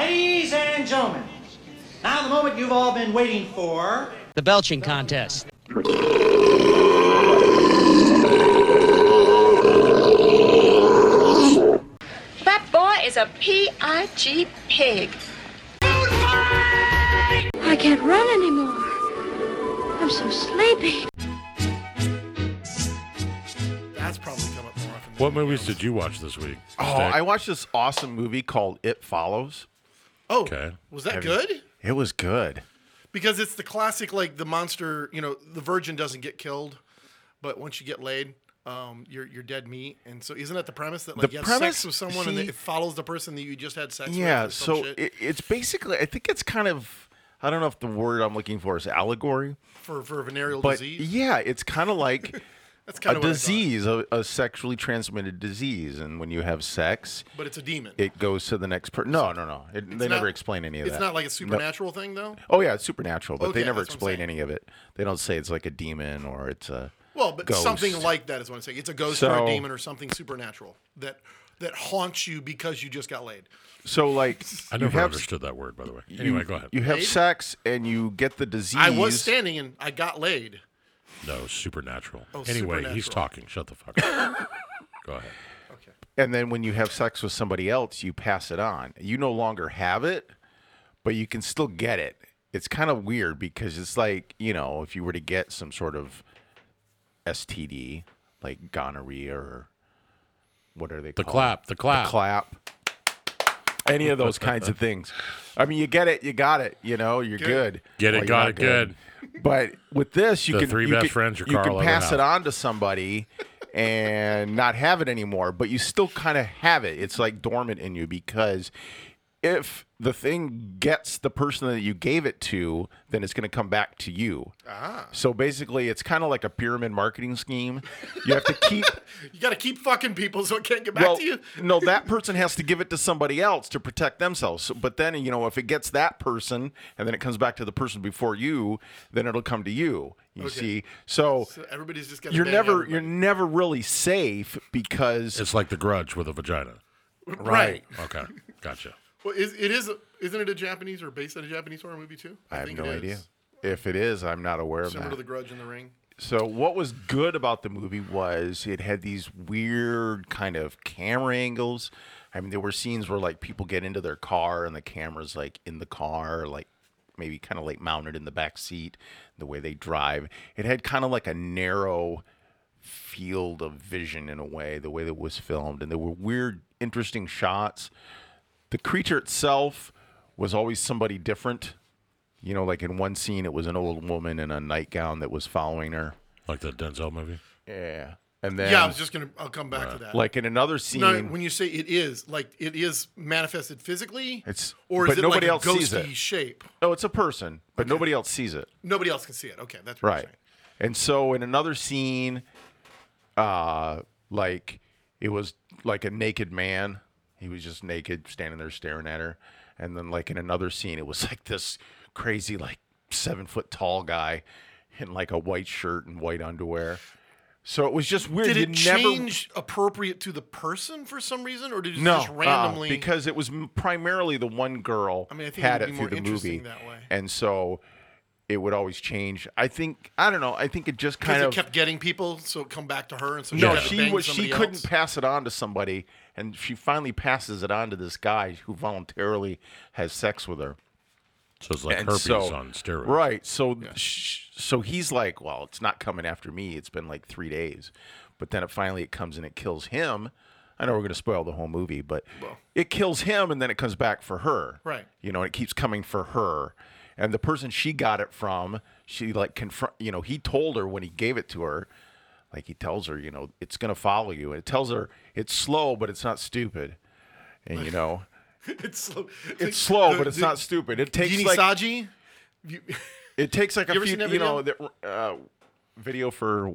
Ladies and gentlemen, now the moment you've all been waiting for. The belching contest. That boy is a P-I-G pig. I can't run anymore. I'm so sleepy. That's probably come up more often. than- What movies did you watch this week? Oh, Stack? I watched this awesome movie called It Follows. Oh, Okay. was that Have you- good? It was good. Because it's the classic, like the monster. You know, the virgin doesn't get killed, but once you get laid, um, you're you're dead meat. And so, isn't that the premise that like The you have premise- sex with someone and see- it follows the person that you just had sex Yeah, with? or some so shit it, it's basically I think it's kind of I don't know if the word I'm looking for is allegory, for for venereal but disease. yeah, it's kind of like That's a kind of disease, a, a sexually transmitted disease, and when you have sex, but it's a demon. it goes to the next person. No, no, no. It, they not- never explain any of it's that. not like a No. supernatural thing, though. Oh yeah, it's supernatural, but Okay, they never that's what I'm explain saying. any of it. They don't say it's like a demon or it's a Well, but ghost. something like that is what I'm saying. It's a ghost or So- a demon or something supernatural that that haunts you because you just got laid. so like I you never have- understood that word, by the way. you- Anyway, go ahead. You have Laid? sex and you get the disease. I was standing and I got laid. no, supernatural. Oh, anyway, he's supernatural. talking. Shut the fuck up. go ahead. and then when you have sex with somebody else, you pass it on. You no longer have it, but you can still get it. It's kind of weird because it's like you know if you were to get some sort of STD like gonorrhea or what are they The Oh, called? clap, the clap. the clap. Any of those kinds of things. I mean, you get it, you got it. You know, you're good. Get it, Well, you're got not it, good. But with this, you The can three you best can- friends your you Carl can ever pass had. it on to somebody and not have it anymore, but you still kind of have it. It's like dormant in you because if the thing gets the person that you gave it to, then it's going to come back to you. So basically, it's kind of like a pyramid marketing scheme. You have to keep. You got to keep fucking people so it can't get back well, to you. no, that person has to give it to somebody else to protect themselves. So- But then, you know, if it gets that person and then it comes back to the person before you, then it'll come to you. You see, so So everybody's just got. you're never you're never really safe because It's like the grudge with a vagina. you're right. Okay. Gotcha. Well, is, it is. Isn't it a Japanese or based on a Japanese horror movie too? I have think no it is. idea. If it is, I'm not aware of Similar to that. The Grudge in the Ring. So what was good about the movie was it had these weird kind of camera angles. I mean, there were scenes where like people get into their car and the camera's like in the car, like maybe kind of like mounted in the back seat, the way they drive. It had kind of like a narrow field of vision in a way, the way that it was filmed, and there were weird, interesting shots. The creature itself was always somebody different. You know, like in one scene, it was an old woman in a nightgown that was following her. Like the Denzel movie. Yeah. And then, yeah, I was just gonna. I'll come back to that. like in another scene, no, when you say it is, like it is manifested physically. It's- or is but it nobody like else a ghosty sees it. shape? oh, it's a person, but nobody else sees it. Nobody else can see it. Okay, that's what you're Right. saying. And so in another scene, uh, like it was like a naked man. He was just naked, standing there staring at her. And then like in another scene, it was like this crazy, like seven foot tall guy in like a white shirt and white underwear. So it was just weird. Did You it never- change appropriate to the person for some reason, or did it no, just uh-uh, randomly? because it was m- primarily the one girl. I mean, I think it had would it, be through more the movie, interesting that way. and so it would always change. I think I don't know. I think it just 'Cause kind it of kept getting people, so it come back to her, and so no. had to She bang was she somebody couldn't else. pass it on to somebody, and she finally passes it on to this guy who voluntarily has sex with her. So it's like And herpes so- on steroids. Right. So sh- so he's like, well, it's not coming after me. It's been like three days, but then it finally it comes and it kills him. I know we're going to spoil the whole movie, but it kills him and then it comes back for her. Right. You know, and it keeps coming for her. And the person she got it from, she like confront, you know, he told her when he gave it to her, like he tells her, you know, it's going to follow you. And it tells her it's slow, but it's not stupid. And, you know, it's slow. it's slow, but it's not stupid. It takes like Saji. You, it takes like You a ever few, seen that you know, the, uh, video for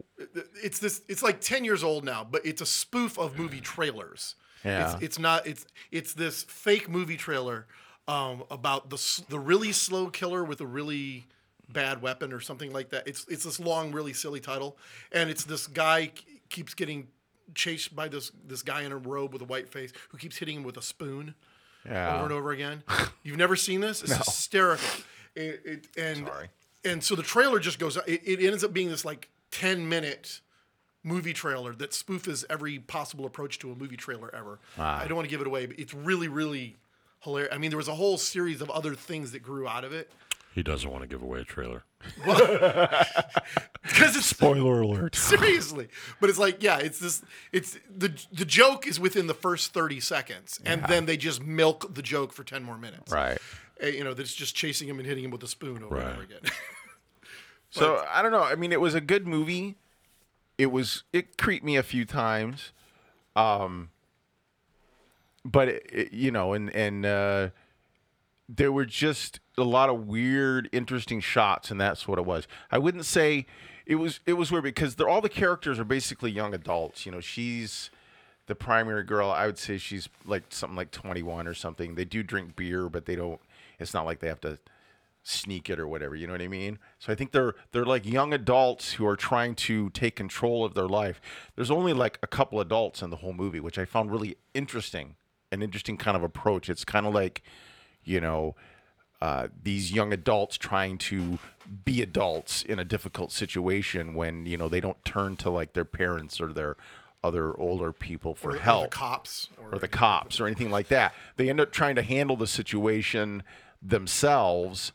it's this. It's like ten years old now, but it's a spoof of movie trailers. Yeah. It's, it's not. It's it's this fake movie trailer um, about the s- the really slow killer with a really bad weapon or something like that. It's it's this long, really silly title, and it's this guy k- keeps getting chased by this this guy in a robe with a white face who keeps hitting him with a spoon. Yeah. over and over again. You've never seen this? It's hysterical. It, it, and Sorry. and so the trailer just goes. It, it ends up being this like ten minute movie trailer that spoofs every possible approach to a movie trailer ever. I don't want to give it away, but it's really really hilarious. I mean, there was a whole series of other things that grew out of it He doesn't want to give away a trailer. because it's Spoiler alert. seriously but it's like yeah it's this it's the the joke is within the first 30 seconds and then they just milk the joke for 10 more minutes Right. Uh, you know that's just chasing him and hitting him with a spoon over and over Right. again So I don't know. I mean, it was a good movie. It was it creeped me a few times, um, but it, it- you know, and and uh, there were just a lot of weird, interesting shots, and that's what it was. I wouldn't say it was it was weird because they're, all the characters are basically young adults. You know, she's the primary girl. I would say she's like something like twenty one or something. They do drink beer, but they don't. It's not like they have to sneak it or whatever. You know what I mean? So I think they're they're like young adults who are trying to take control of their life. There's only like a couple adults in the whole movie, which I found really interesting. An interesting kind of approach. It's kind of like, you know, uh, these young adults trying to be adults in a difficult situation when you know they don't turn to like their parents or their other older people for or, help the cops or, or the cops or anything like that. They end up trying to handle the situation themselves,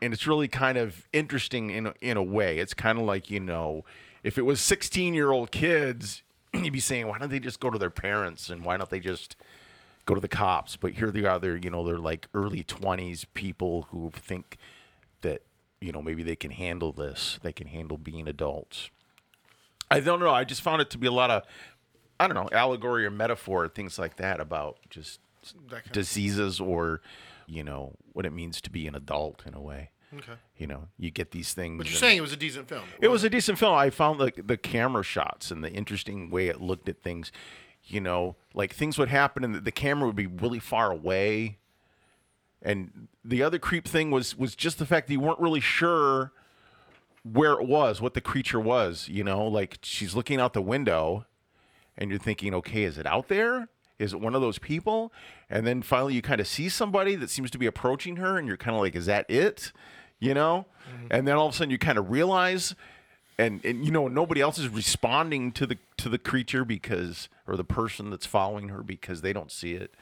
and it's really kind of interesting in a, in a way. It's kind of like you know, if it was 16 year old kids, you'd be saying, why don't they just go to their parents and why don't they just go to the cops? But here they are, they're you know they're like early 20s people who think that you know maybe they can handle this, they can handle being adults. I don't know. I just found it to be a lot of, I don't know, allegory or metaphor, things like that about just That kind of- diseases or, you know, what it means to be an adult in a way. okay You know, you get these things. but you're and- saying it was a decent film it was a decent film. I found the the camera shots and the interesting way it looked at things. You know, like things would happen and the, the camera would be really far away. And the other creep thing was was just the fact that you weren't really sure where it was, what the creature was. You know, like she's looking out the window, and you're thinking, okay, is it out there? Is it one of those people? And then finally, you kind of see somebody that seems to be approaching her, and you're kind of like, is that it? You know? Mm-hmm. And then all of a sudden, you kind of realize, and and you know, nobody else is responding to the to the creature because or the person that's following her because they don't see it.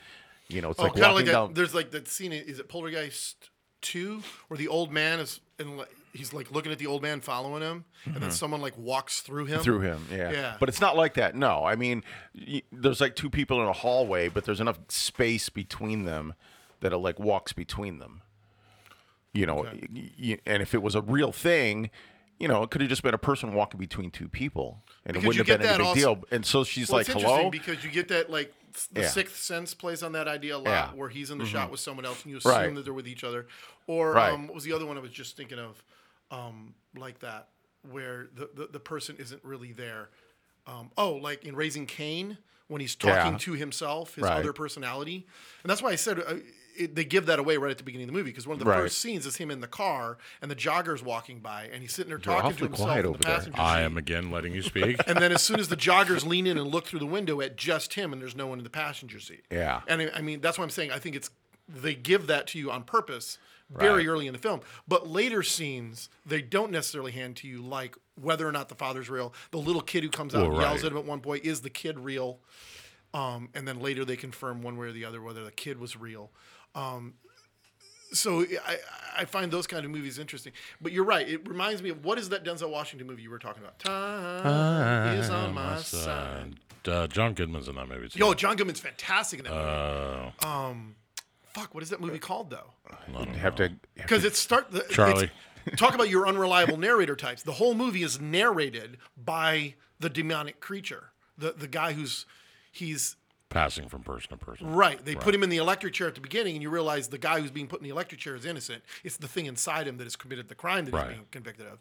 You know, it's oh, like kind of like walking that down. there's like that scene in- is it poltergeist 2 where the old man is and like, he's like looking at the old man following him and then someone like walks through him Mm-hmm. through him. Yeah. Yeah. But it's not like that. No. I mean, y- there's like two people in a hallway, but there's enough space between them that it like walks between them. You know, y- y- and if it was a real thing, you know, it could have just been a person walking between two people, and Because it you wouldn't get have been any that big also- deal. And so she's Well, like, it's interesting "Hello." because you get that like s- the Yeah. sixth sense plays on that idea a lot, Yeah. Mm-hmm. where he's in the shot with someone else and you assume Right. that they're with each other. Or Right. um, what was the other one I was just thinking of, um, like that, where the, the the person isn't really there. Um, oh, like in Raising Cain when he's talking Yeah. to himself, his Right. other personality, and that's why I said. Uh, it, they give that away right at the beginning of the movie because one of the Right. first scenes is him in the car and the jogger's walking by and he's sitting there You're talking to awfully himself quiet in the over there. passenger I seat. am again letting you speak. And then as soon as the joggers lean in and look through the window at just him, and there's no one in the passenger seat. Yeah. And I- I mean, that's why I'm saying I think it's they give that to you on purpose very Right. early in the film. But later scenes, they don't necessarily hand to you like whether or not the father's real. The little kid who comes out Well, and yells right. at him at one point is the kid real? Um, and then later they confirm one way or the other whether the kid was real. Um, so I, I find those kind of movies interesting. But you're right. It reminds me of what is that Denzel Washington movie you were talking about? Time is on my side. Uh, John Goodman's in that movie too. Yo, John Goodman's fantastic in that movie. Um, Uh, Fuck, what is that movie called though? have to have Because it start the, Charlie. it's- Talk about your unreliable narrator types. The whole movie is narrated by the demonic creature, the the guy who's he's passing from person to person. Right. They put him in the electric chair at the beginning, and you realize the guy who's being put in the electric chair is innocent. It's the thing inside him that has committed the crime that Right. he's being convicted of,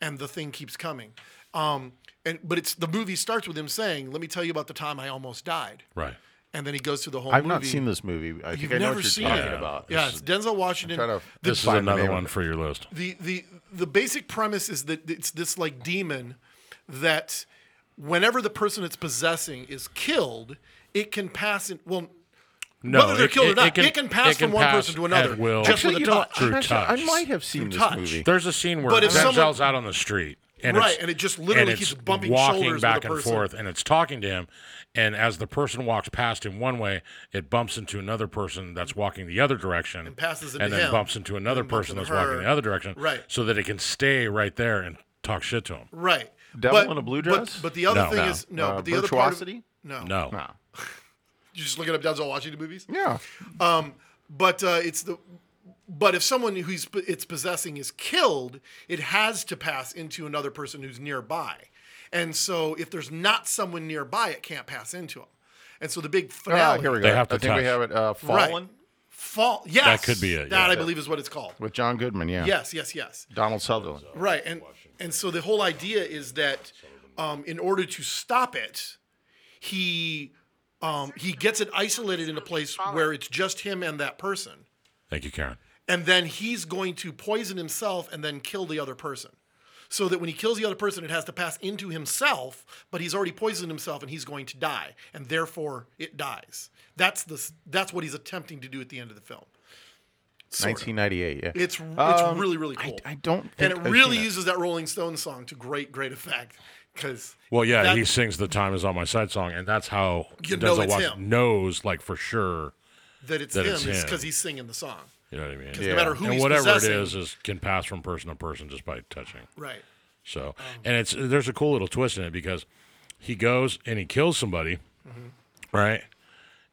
and the thing keeps coming. Um, and but it's the movie starts with him saying, "Let me tell you about the time I almost died," Right. and then he goes through the whole. I've movie. not seen this movie. I You've think I know never what seen you're talking it. about. Yeah, it's Denzel Washington. trying to- The- This is Find the another name one of it. for your list. the the the basic premise is that it's this like demon that whenever the person it's possessing is killed, it can pass in well No, Whether they're it- killed it- or not, it it can- can, it pass can from one pass person to at another. will. Just Actually, with a you know, touch. through Actually, I touch. might have seen this touch. movie. There's a scene where But if Denzel's someone- out on the street, and Right, it's, and it just literally and keeps it's bumping walking shoulders with back the and person. forth, and it's talking to him. And as the person walks past him one way, it bumps into another person that's walking the other direction, and passes and into then him, bumps into another and bumps person into that's walking her. the other direction, Right. So that it can stay right there and talk shit to him. Right. Devil but, in a blue dress? But, but the other No. thing No. is no. Uh, but the other part. Of, Virtuosity? no. No, No. You just looking up Denzel Washington movies. Yeah. But uh, it's the. But if someone who's it's possessing is killed, it has to pass into another person who's nearby, and so if there's not someone nearby, it can't pass into them. And so the big Ah, finale. here we go. They have to I think we touch. have it. Uh, Fallen Right. Fall. Yes. could be it, That yeah. I believe is what it's called. with John Goodman. Yeah. Yes. Yes. Yes. Donald Sutherland. Right, and and so the whole idea is that um, in order to stop it, he um, he gets it isolated in a place where it's just him and that person, thank you, Karen. and then he's going to poison himself and then kill the other person, so that when he kills the other person, it has to pass into himself, but he's already poisoned himself and he's going to die, and therefore it dies. That's the s- that's what he's attempting to do at the end of the film. Sort of. 1998. Yeah. It's it's Um, really really I- cool. I don't And think it I've really seen it. uses that Rolling Stones song to great great effect because Well, yeah, That- he sings the "Time Is on My Side" song, and that's how You know Denzel it's Washington him. knows, like for sure. that it's That him it's is him. because he's singing the song. You know what I mean? No matter who and he's whatever possessing, it is, is can pass from person to person just by touching. right? So, Mm. and it's there's a cool little twist in it because he goes and he kills somebody, Mm-hmm. right,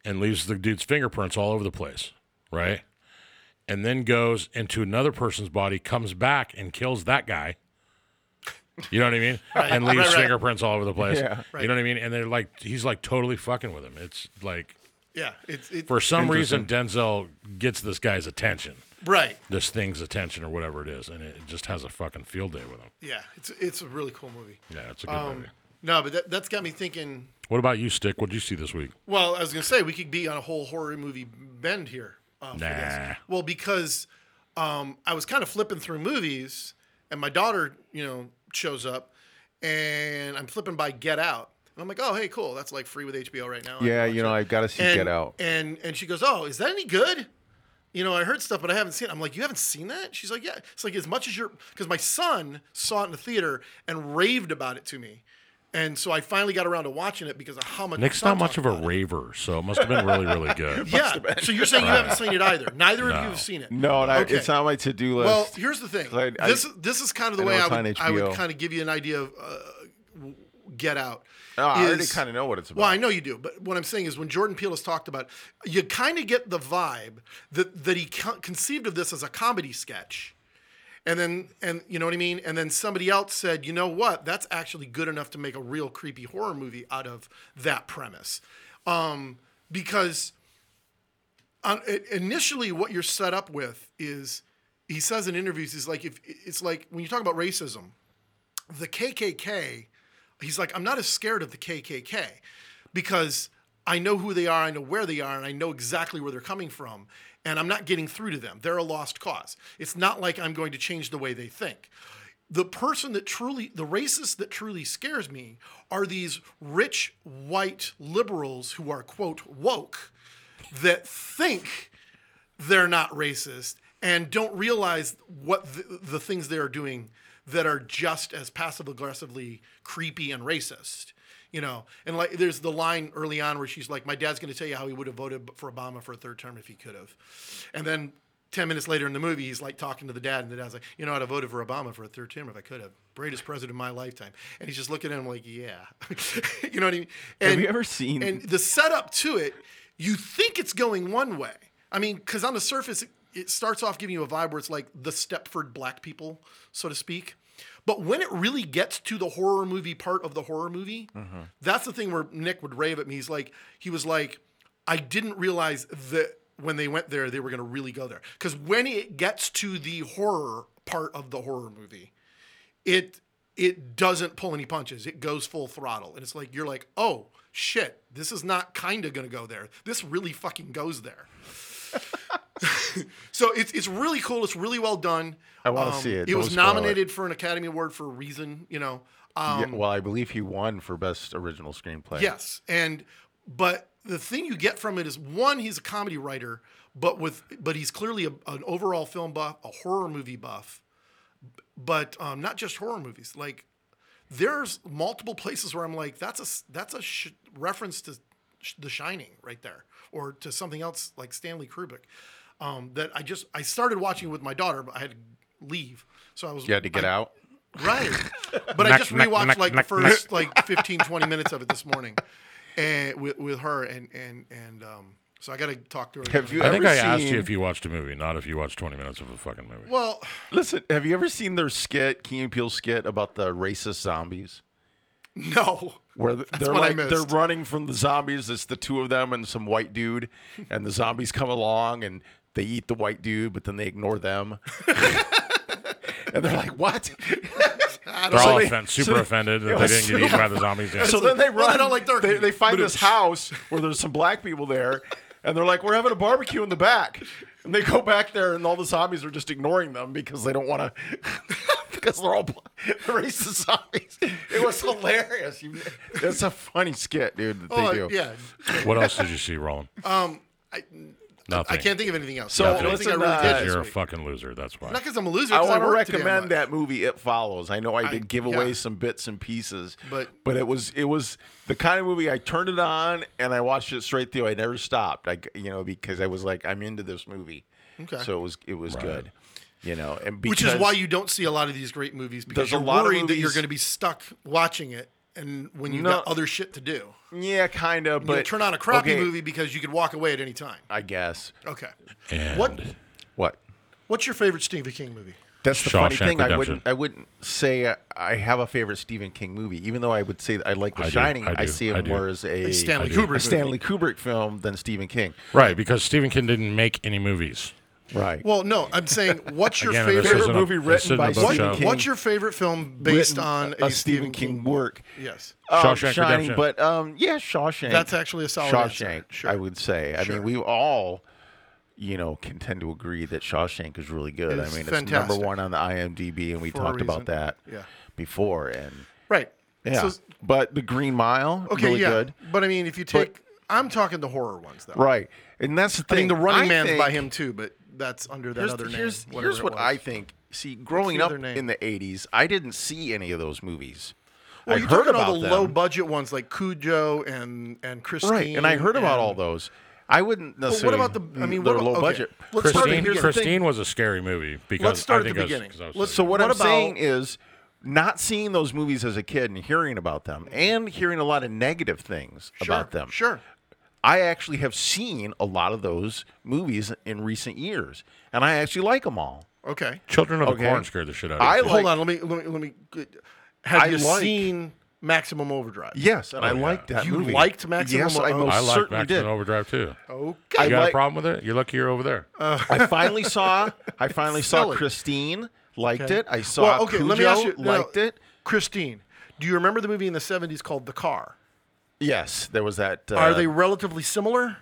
and leaves the dude's fingerprints all over the place, right, and then goes into another person's body, comes back and kills that guy. You know what I mean? And leaves right, right. fingerprints all over the place. Yeah. You know what I mean? And they're like, he's like totally fucking with him. It's like Yeah, it's it, for some reason Denzel gets this guy's attention, right. this thing's attention or whatever it is, and it just has a fucking field day with him. Yeah, it's it's a really cool movie. Yeah, it's a good Um, movie. No, but that, that's got me thinking. What about you, Stick? What did you see this week? Well, I was gonna say we could be on a whole horror movie bend here. Uh, for this. Nah. Well, because um, I was kind of flipping through movies, and my daughter, you know, shows up, and I'm flipping by Get Out, and I'm like, oh hey, cool, that's like free with HBO right now. I can Yeah, watch you know, it. I've got to see and, Get Out. And and she goes, "Oh, is that any good?" You know, I heard stuff, but I haven't seen it. I'm like, "You haven't seen that?" She's like, "Yeah." It's like as much as you're, because my son saw it in the theater and raved about it to me, and so I finally got around to watching it because of how much. my Nick's son not much talked of a about it. raver, so it must have been really, really good. Yeah. So you're saying you haven't seen it either. Neither of you have seen it. No, and I, Okay. it's on my to-do list. Well, here's the thing. I- I- this this is kind of the I know way I it's on would, I would HBO. kind of give you an idea of uh, w- Get Out. Oh, I already is- kinda know what it's Well, I about. know you do, but what I'm saying is when Jordan Peele has talked about, it, you kind of get the vibe that that he con- conceived of this as a comedy sketch. And then, and you know what I mean. And then somebody else said, you know what? That's actually good enough to make a real creepy horror movie out of that premise, um, because on, i- initially what you're set up with is he says in interviews he's like if it's like when you talk about racism the kkk he's like i'm not as scared of the kkk because i know who they are i know where they are and i know exactly where they're coming from and i'm not getting through to them they're a lost cause it's not like i'm going to change the way they think the person that truly the racist that truly scares me are these rich white liberals who are quote woke that think they're not racist and don't realize what the, the things they are doing that are just as passive aggressively creepy and racist. You know, and like there's the line early on where she's like, "My dad's going to tell you how he would have voted for Obama for a third term if he could have," and then. 10 minutes later in the movie, he's like talking to the dad, and the dad's like, You know, I'd have voted for Obama for a third term if I could have. Greatest president of my lifetime. And he's just looking at him like, Yeah. you know what I mean? And, you ever seen- And the setup to it, you think it's going one way. I mean, because on the surface, it, it starts off giving you a vibe where it's like the Stepford black people, so to speak. But when it really gets to the horror movie part of the horror movie, that's the thing where Nick would rave at me. He's like, he was like, I didn't realize that when they went there, they were going to really go there. Because when it gets to the horror part of the horror movie, it it doesn't pull any punches. It goes full throttle, and it's like you're like, oh shit, this is not kind of gonna go there. This really fucking goes there. so it's it's really cool. It's really well done. Um, I wanna see it. It Don't was spoil it. nominated for an Academy Award for a reason, you know. Um, Yeah, well, I believe he won for best original screenplay. Yes, and but the thing you get from it is one, he's a comedy writer, but with but he's clearly a, an overall film buff, a horror movie buff, but um, not just horror movies. Like there's multiple places where I'm like, that's a s- that's a sh- reference to sh- The Shining right there, or to something else like Stanley Kubrick. Um, that I just I started watching with my daughter, but I had to leave, so I was You had to get I- out. Right. But I Knock, just knock, rewatched knock, like the knock, first like 15, 20 minutes of it this morning, and with, with her and and and um. So I got to talk to her. Have you I think ever I asked seen- you if you watched a movie, not if you watched 20 minutes of a fucking movie. Well, Listen, have you ever seen their skit, Key and Peele skit about the racist zombies? no. Where th- they're what I like they're missed. running from the zombies. It's the two of them and some white dude, and the zombies come along and they eat the white dude, but then they ignore them. and they're like, "What?" They're all they- offen- so super they- offended that Yeah, they didn't get so- eaten by the zombies. Yeah. so then they Well, run. they don't like turkey. they, they find this Badoosh. house where there's some black people there, and they're like, "We're having a barbecue in the back." And they go back there, and all the zombies are just ignoring them because they don't want to, because they're all bla- racist zombies. It was hilarious. You, it's a funny skit, dude. That Oh, they do. yeah. what else did you see, Roland? um, I, I Nothing. can't think of anything else. So So I don't listen, think I really uh, did. Because this you're a week. fucking loser. That's why. Not because I'm a loser. I 'cause want to work today a recommend lot. that movie. It follows. I know I did give away yeah. some bits and pieces, But- but it was it was the kind of movie I turned it on and I watched it straight through. I never stopped. I you know because I was like I'm into this movie. Okay. So it was it was good. You know, and Which because is why you don't see a lot of these great movies because There's you're a lot of worried that you're movies- going to be stuck watching it, and when you've got No. other shit to do, yeah, kind of, but but turn on a crappy okay, movie because you could walk away at any time. I guess Okay. and What what. What's your favorite Stephen King movie? That's the funny Shawshank thing. I Redemption. wouldn't. I wouldn't say I- I have a favorite Stephen King movie, even though I would say that I like The I do, Shining. I I, do, see I it do. more as a, A Stanley do. Kubrick. a movie. Stanley Kubrick film than Stephen King. Right, because Stephen King didn't make any movies. Right. Well, no, I'm saying what's your Again, this favorite isn't a- movie this written isn't a by book Stephen show. what, King. what's your favorite film based on a, Stephen King? work. Yes. Um, Shawshank Shining, Redemption. but um, yeah, Shawshank. That's actually a solid answer. Shawshank. Sure. I would say. I mean, we all, you know, can tend to agree that Shawshank is really good. It's I mean, it's fantastic. number one on the IMDb, and we a talked about reason. that Yeah. before. And Right. yeah, So- but The Green Mile, okay, really yeah. good. But I mean, if you take, I'm talking the horror ones though. Right, and that's the I mean, thing. the Running Man's think- by him too, but that's under that Here's, other name. here's, whatever here's it what was. I think. See, growing the up other name? in the '80s, I didn't see any of those movies. Well, I you're heard talking about all the them. low budget ones like Cujo and and Christine. Right, and I heard about and- all those. I wouldn't But what necessarily. about the? I mean, they're what about, low okay, budget. Let's start at Christine, the beginning. Christine was a scary movie because Let's start at the I think I was- beginning. 'cause I was Let's- So so what, What I'm about- saying is, not seeing those movies as a kid and hearing about them, and hearing a lot of negative things Sure, about them. Sure. I actually have seen a lot of those movies in recent years, and I actually like them all. Okay. Children of Okay. the Corn scared the shit out of I me. too. like- Hold on. Let me. Let me. Let me. Have I you like- seen Maximum Overdrive? Yes, and I Oh, yeah. liked that You movie. liked Maximum Yes, I Overdrive? most I like certainly Maximum did. Overdrive too. Okay. I You got like- a problem with it? You're lucky you're over there. Uh, I finally saw. I finally saw Silly. Christine. Liked it. I saw. well, okay. let me ask you. Cujo, no, Liked it. Christine. Do you remember the movie in the '70s called The Car? Yes, there was that. Uh, Are they relatively similar?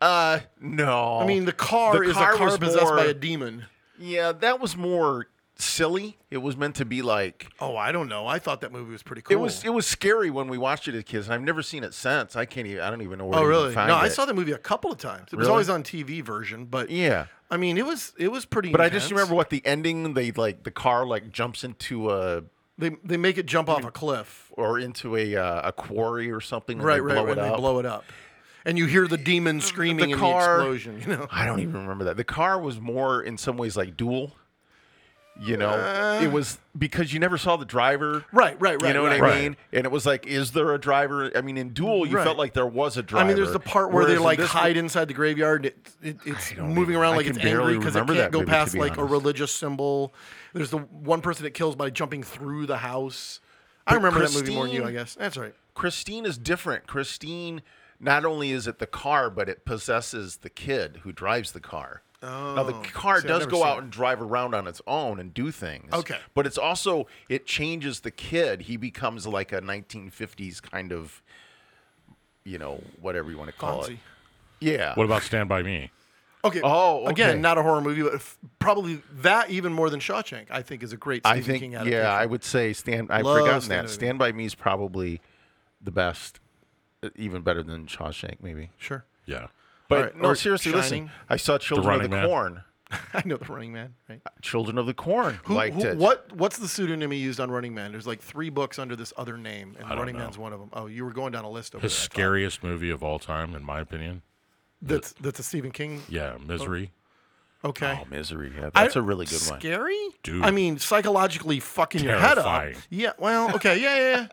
Uh, no. I mean, the car The is car a car was possessed more- by a demon. Yeah, that was more silly. It was meant to be like Oh, I don't know. I thought that movie was pretty cool. it was. It was scary when we watched it as kids, and I've never seen it since. I can't even. I don't even know where. Oh, to even really? No, Find I it. saw the movie a couple of times. It was Really? always on TV version, but Yeah. I mean, it was it was pretty. But I just intense. remember what the ending. They like the car like jumps into a they they make it jump off a cliff, or into a uh, a quarry or something. and right? they Right, blow right, it and up. they blow it up, and you hear the demon screaming in car- the explosion. You know, I don't even remember that. The car was more in some ways like dual. You know, it was because you never saw the driver. Right, right, You right, know what right. I mean? And it was like, is there a driver? I mean, in Duel, you Right. felt like there was a driver. I mean, there's the part where Whereas they in like this hide inside the graveyard. It, it, it's moving around I like can it's angry barely because it remember can't that go movie, to past be like a honest. religious symbol. There's the one person that kills by jumping through the house. I But remember that movie more than you, I Christine- guess. That's right. Christine is different. Christine, not only is it the car, but it possesses the kid who drives the car. now the Oh, car see, I does never go saw out it. and drive around on its own and do things. Okay. but it's also it changes the kid. He becomes like a 1950s kind of, you know, whatever you want to call it. Fonzie. Yeah. What about Stand by Me? Okay. Oh, okay. again, not a horror movie, but f- probably that even more than Shawshank. I think is a great Stephen I think King yeah, adaptation. I would say stand. I've Love forgotten Stand that. By Me. Stand by Me is probably the best uh, even better than Shawshank, maybe. Sure. Yeah. But right, no, or seriously, Shining. listen. I saw Children of Running the Man. Corn. I know the Running Man, right? Children of the Corn Who, liked who- it. What What's the pseudonym he used on Running Man? There's like three books under this other name, and don't Running know. Man's one of them. Oh, you were going down a list over His there, I thought. scariest movie of all time, in my opinion. That's that's a Stephen King. Yeah, Misery. Okay. Oh, Misery. Yeah, I- that's a really good one. Scary? Dude. I mean, psychologically fucking your head Terrifying. up. Yeah. Well, okay. Yeah, yeah, yeah.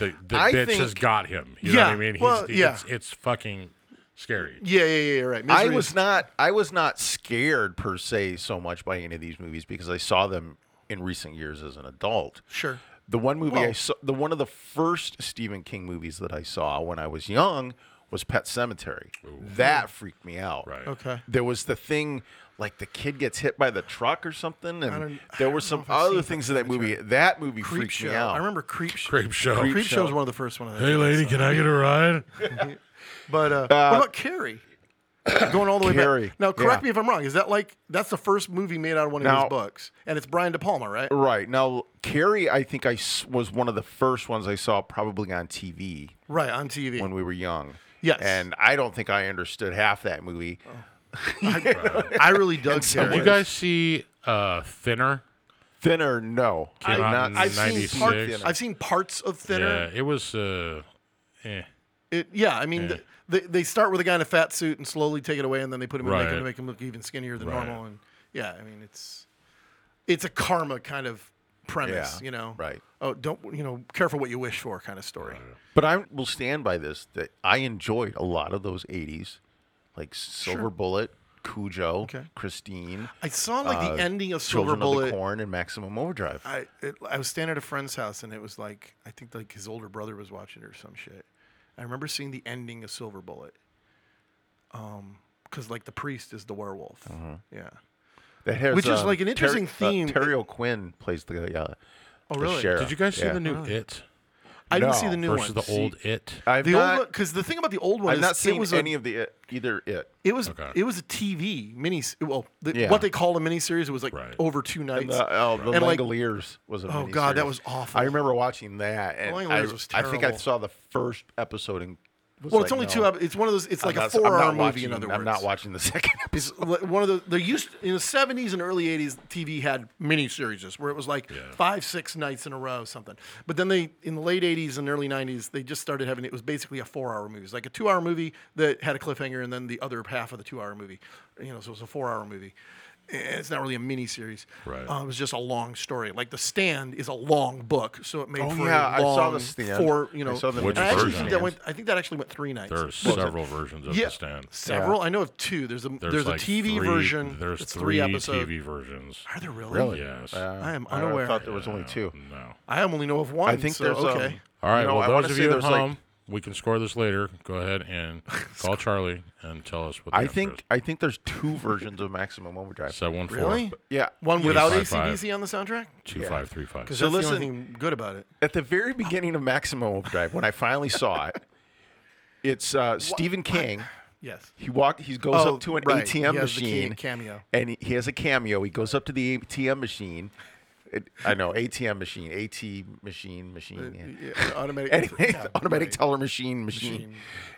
The, the I bitch think- has got him. You know Yeah, what I mean? He's, well, yeah. It's, it's fucking scary. Yeah, yeah, yeah. Right. I Misery was is- not. I was not scared per se so much by any of these movies because I saw them in recent years as an adult. Sure. The one movie I Well- saw, the one of the first Stephen King movies that I saw when I was young was Pet Cemetery. That freaked me out. Right. Okay. There was the thing like the kid gets hit by the truck or something, and don't- I there don't were know some if I've other seen things Pet in that movie. That movie Creep freaked Show. me out. I remember Creep Show. Creep show. Creep Show is Show. one of the first one. that I Hey, did, lady, so. can I get a ride? But uh, what about Carrie? Going all the way Carrie, back. Now, correct yeah. me if I'm wrong. Is that like that's the first movie made out of one of Now- his books, and it's Brian De Palma, right? Right now, Carrie, I think I s- was one of the first ones I saw probably on TV. Right on TV. when we were young. Yes. And I don't think I understood half that movie. I really dug Did Carrie. you guys see uh, Thinner? Thinner, no. Came out in I've seen, 96. parts, I've seen parts of Thinner. Yeah, it was. Uh, eh. It- Yeah, I mean, th they, they start with a guy in a fat suit and slowly take it away, and then they put him in makeup Right. to make him look even skinnier than Right. normal. And yeah, I mean, it's it's a karma kind of premise, Yeah, you know? right. Oh, don't you know? Careful what you wish for, kind of story. But I will stand by this that I enjoyed a lot of those 80s, like Silver Bullet, Cujo, Okay. Christine, I saw like uh, the ending of Silver Children of Bullet. the Corn, and Maximum Overdrive. I it, I was standing at a friend's house and it was like I think like his older brother was watching it or some shit. I remember seeing the ending of Silver Bullet. Um, because like the priest is the werewolf. Uh-huh. Yeah. that has, which is um, like an interesting uh, theme. Terry O'Quinn plays the, uh, Oh the really? sheriff. Did you guys see Yeah. the new It I didn't No, see the new versus one. the old It? I've The not, old because the thing about the old one I've is not seen it was any a, of the, uh, either it. it was Okay. it was a TV mini. Well, the, Yeah. what they called a miniseries it was like Right. over two nights. The, oh, the And, like- Langoliers was a Oh, God, that was awful. I remember watching that, and I, Langoliers was I think I terrible. saw the first episode and was well, like, it's only no, two. ep- It's one of those. It's I'm like not- a I'm four-hour not movie. watching- in other words, I'm not watching the second episode. is li- one of the they used in the seventies and early eighties. TV had mini series where it was like five, six nights in a row, something. But then they in the late eighties and early nineties, they just started having it was basically a four-hour movie. It was like a two-hour movie that had a cliffhanger, and then the other half of the two-hour movie. You know, so it was a four-hour movie. And It's not really a mini series. Right. Uh, it was just a long story. Like The Stand is a long book, so it made Oh, for yeah, I a long saw The Stand. four. You I know, saw the and mini I actually version. think that went. I think that actually went three nights. There are What was it? several versions of The Stand. Several. I know of two. There's a there's, a like TV three- version. There's it's three, three, episodes. TV versions. Are there really? Yes. Uh, I am I unaware. thought there was Uh, only two. No. I only know of one. I think so, there's um, okay. All right. you know, I well, wanna those of say you at there's, like- home, we can score this later. Go ahead and call Charlie and tell us what. The I answer think I think there's two versions of Maximum Overdrive. is. seven one four really yeah. one Yeah, without five, five. ACDC on the soundtrack. two five three five. Because So that's the only listen- thing good about it. At the very beginning of Maximum Overdrive, when I finally saw it, it's uh, Stephen King. Yes. He walked. He goes Oh, up to an right. He ATM has the ca- machine. cameo. And he, he has a cameo. He goes up to the ATM machine. It- I know ATM machine, AT machine, machine. yeah. Uh, Yeah, automatic. Anyway, yeah, automatic right. teller machine, machine.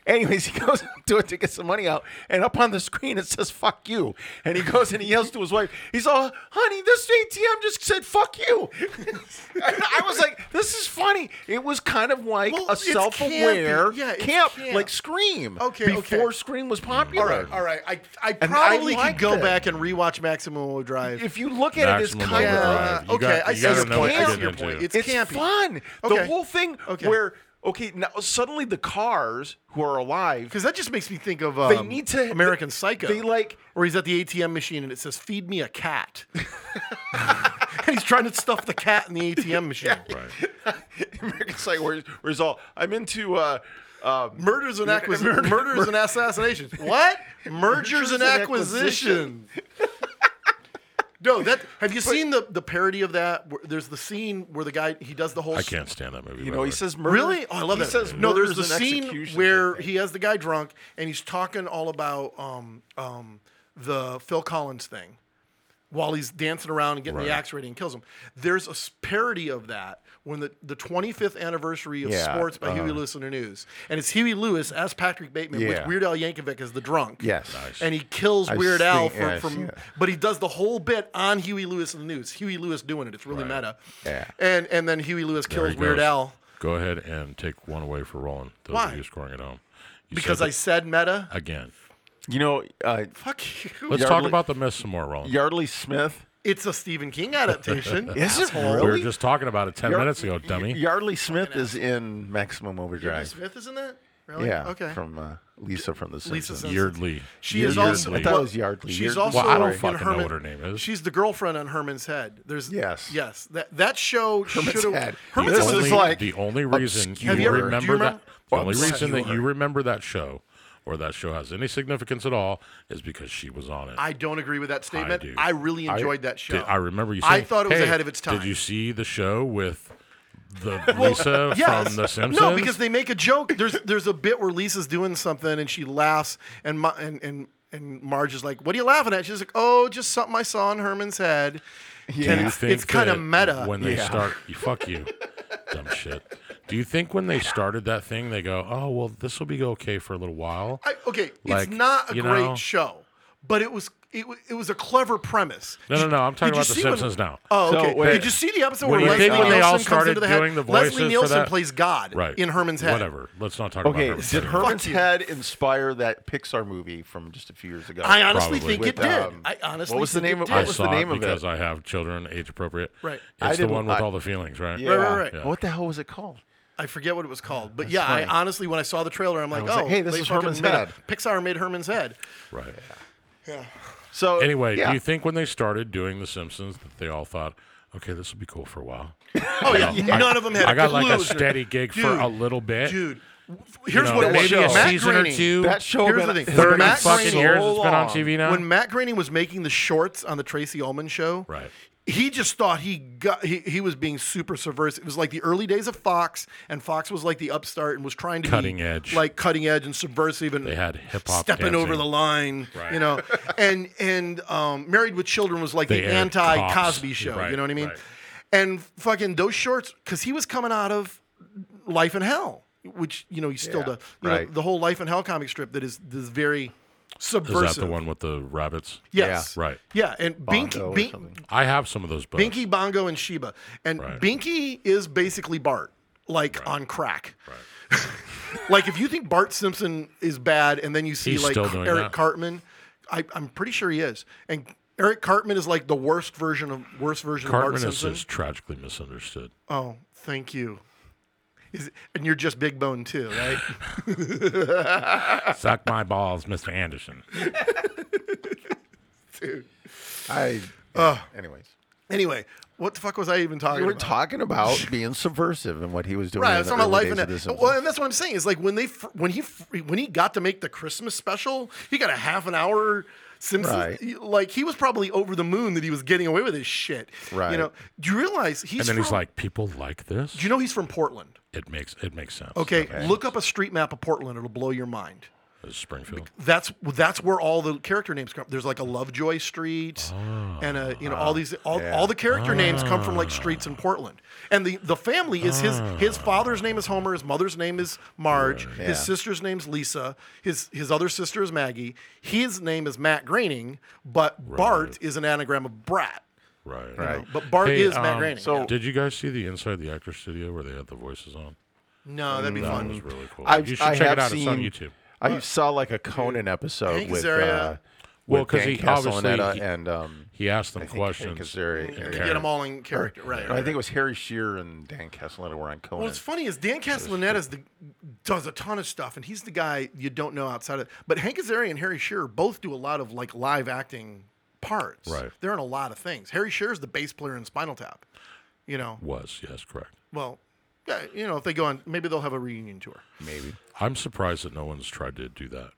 Anyways, he goes up to it to get some money out, and up on the screen it says "fuck you," and he goes and he yells to his wife. He's all, "Honey, this ATM just said fuck you." And I was like, "This is funny." It was kind of like Well, a it's self-aware campy. Yeah, it's camp, camp. like Scream. Okay, okay. before Scream was popular. All right. All right. I I I probably could liked go it. back and rewatch Maximum Overdrive. If you look at Maximum it as kind of Overdrive. You okay, got- I you see gotta your know what point. you're I see getting your point. into. It's, It's, campy. fun. The Okay. whole thing Okay. where okay now suddenly the cars who are alive Because that just makes me think of They um, need to- American they- Psycho. they, like- or he's at the ATM machine and it says, "Feed me a cat." and he's trying to stuff the cat in the ATM machine. Right. American Psycho where, where it's all I'm into uh, uh, Murders and acquisitions. murders and assassinations. What? Mergers and and acquisitions. No, that have you seen the, the parody of that? Where, there's the scene where the guy he does the whole I can't stand that movie. you by know the he way. says murder. Really? Oh, I love he that. Says no, there's the murders and scene executions, I where think. he has the guy drunk and he's talking all about um, um, the Phil Collins thing while he's dancing around and getting the Right. axe ready and kills him. There's a s- parody of that when the, the 25th anniversary of Yeah, Sports by Huey uh-huh. Lewis and the News. And it's Huey Lewis as Patrick Bateman with Yeah. Weird Al Yankovic as the drunk. Yes. Nice. And he kills I've Weird Al for, seen- yeah, I've from, seen that. but he does the whole bit on Huey Lewis and the News. Huey Lewis doing it. It's really meta. Yeah. And and then Huey Lewis kills he Weird goes. Al Go ahead and take one away for Roland. Those Why? of you scoring at home. You because said I said meta. that again. You know, uh, Fuck you. Let's talk Yardley- about the myth some more, Roland. Yardley Smith. It's a Stephen King adaptation. Is it asshole. really? we were just talking about it 10 Yar- minutes ago, dummy. Yardley Smith is in Maximum Jimmy Overdrive. Smith is in that? Really? Yeah. Okay. From uh, Lisa from The Lisa Simpsons. Simpson. Yardley. She is Yardley. also. I thought it was Yardley. She's Yardley. also. Well, I don't in fucking know Herman, what her name is. She's the girlfriend on Herman's Head. There's. Yes. Yes. That that show Herman's should have. Head. Herman's This Head is was only, like the only reason you, obscure. Have you ever- do you remember that. remember- The only reason that Obscure. you remember that show, or that show has any significance at all, is because she was on it. I don't agree with that statement. do. I, really enjoyed that show. Did- I remember you. I Saying, thought it was "Hey, ahead of its Did time." you see the show with the Well, Lisa yes. from The Simpsons? No, because they make a joke. There's there's a bit where Lisa's doing something and she laughs and Ma- and and and Marge is like, "What are you laughing at?" She's like, "Oh, just something I saw in Herman's head." Do you it's- think it's kinda that meta. When they Yeah. start, you fuck you, dumb shit. Do you think when they started that thing, they go, "Oh well, this will be okay for a little while"? I, okay, Like, it's not a you great know- show, but it was it, wa- it was a clever premise. No, no, Did- no, I'm talking did you about The see when- Simpsons now. Oh, So, okay. wait. did you see the episode What where do you Leslie think when they Nielsen all comes started into the head? doing the voices Leslie for Nielsen that? plays God right in Herman's head. Whatever. Let's not talk about Okay, Herman's did head. Herman's Fuck you. Head inspire that Pixar movie from just a few years ago? I honestly Probably. think it With, did. um, I honestly what was the think name it of- did. I was saw the name it of it? because I have children age appropriate. Right. It's I the didn't- one with I- all the feelings, right? yeah. right, right. Yeah. What the hell was it called? I forget what it was called, but yeah, funny. I honestly, when I saw the trailer, I'm like, was oh, like, hey, this they is fucking Herman's made a- Head. Pixar made Herman's head. Right. So Anyway, yeah. do you think when they started doing The Simpsons that they all thought, okay, this will be cool for a while? Oh yeah, I- none of them had. I got a like a clue. steady gig for Dude, a little bit. Dude, w- You here's know, what it maybe was. a Matt season Groening, or two. that show Here's been the thing. Thirty When 30 Matt fucking Groening- years it's been on so TV now. When Matt Groening was making the shorts on the Tracy Ullman show, Right. He just thought he got he, he was being super subversive. It was like the early days of Fox, and Fox was like the upstart and was trying to Cutting be edge. like cutting edge and subversive and They had hip-hop stepping over dancing. the line, Right. you know. and and um, Married with Children was like They the aired anti Cops. Cosby show. Right, you know what I mean? right. And fucking those shorts because he was coming out of Life in Hell, which you know he still Yeah, does. You know, right. the whole Life in Hell comic strip that is this very Is subversive. that the one with the rabbits? Yes. Yeah. Right. Yeah, and Bongo Binky, or Bin- something. I have some of those books. Binky, Bongo, and Sheba, and Right. Binky is basically Bart, like on crack. like if you think Bart Simpson is bad, and then you see He's like still doing Eric that. Cartman, I, I'm pretty sure he is, and. Eric Cartman is like the worst version of worst version of Cartman Bart is Simpson. just tragically misunderstood. Oh, thank you. Is it- and you're just big bone too, right? Oh. Suck my balls, Mr. Anderson. I. anyways, anyway, what the fuck was I even we talking were about? talking about being subversive and what he was doing. Right, in I was the talking about early life days and of The death. Simpsons. Well, and that's what I'm saying. Is like when they fr- when he fr- when he got to make the Christmas special, he got a half an hour. Simpsons, Right. like he was probably over the moon that he was getting away with this shit. Right. You know, do you realize he's And then from, he's like, people like this? do you know he's from Portland? It makes it makes sense. Okay, That look up a street map of Portland; it'll blow your mind. is Springfield. That's that's where all the character names come. There's like a Lovejoy Street, Ah. and a, you know all these all, all the character names come from like streets in Portland. And the the family is his Ah. his father's name is Homer, his mother's name is Marge, Yeah. his sister's name's Lisa, his his other sister is Maggie. His name is Matt Groening, but Bart is an anagram of brat. Right. Right. But Bart Hey, is Matt um, Groening. so- Did you guys see the Inside the Actor Studio where they had the voices on? no, that'd be That fun. was really cool. I've, you should I check have it out. Seen, it's on YouTube. I saw like a Conan episode Hank with Azaria. uh, Well, with 'cause Dan he Castellaneta obviously- he- uh, and um, He asked them I think Hank questions. Azaria- You Azaria. Get them all in character, right? I think it was Harry Shearer and Dan Castellaneta were on Conan. Well, what's funny is Dan Castellaneta's the does a ton of stuff, and he's the guy you don't know outside of. But Hank Azaria and Harry Shearer both do a lot of like live acting parts. Right. They're in a lot of things. Harry Shearer's the bass player in Spinal Tap. You know, Was yes, correct. well, yeah, you know, if they go on, maybe they'll have a reunion tour. Maybe. I'm surprised that no one's tried to do that.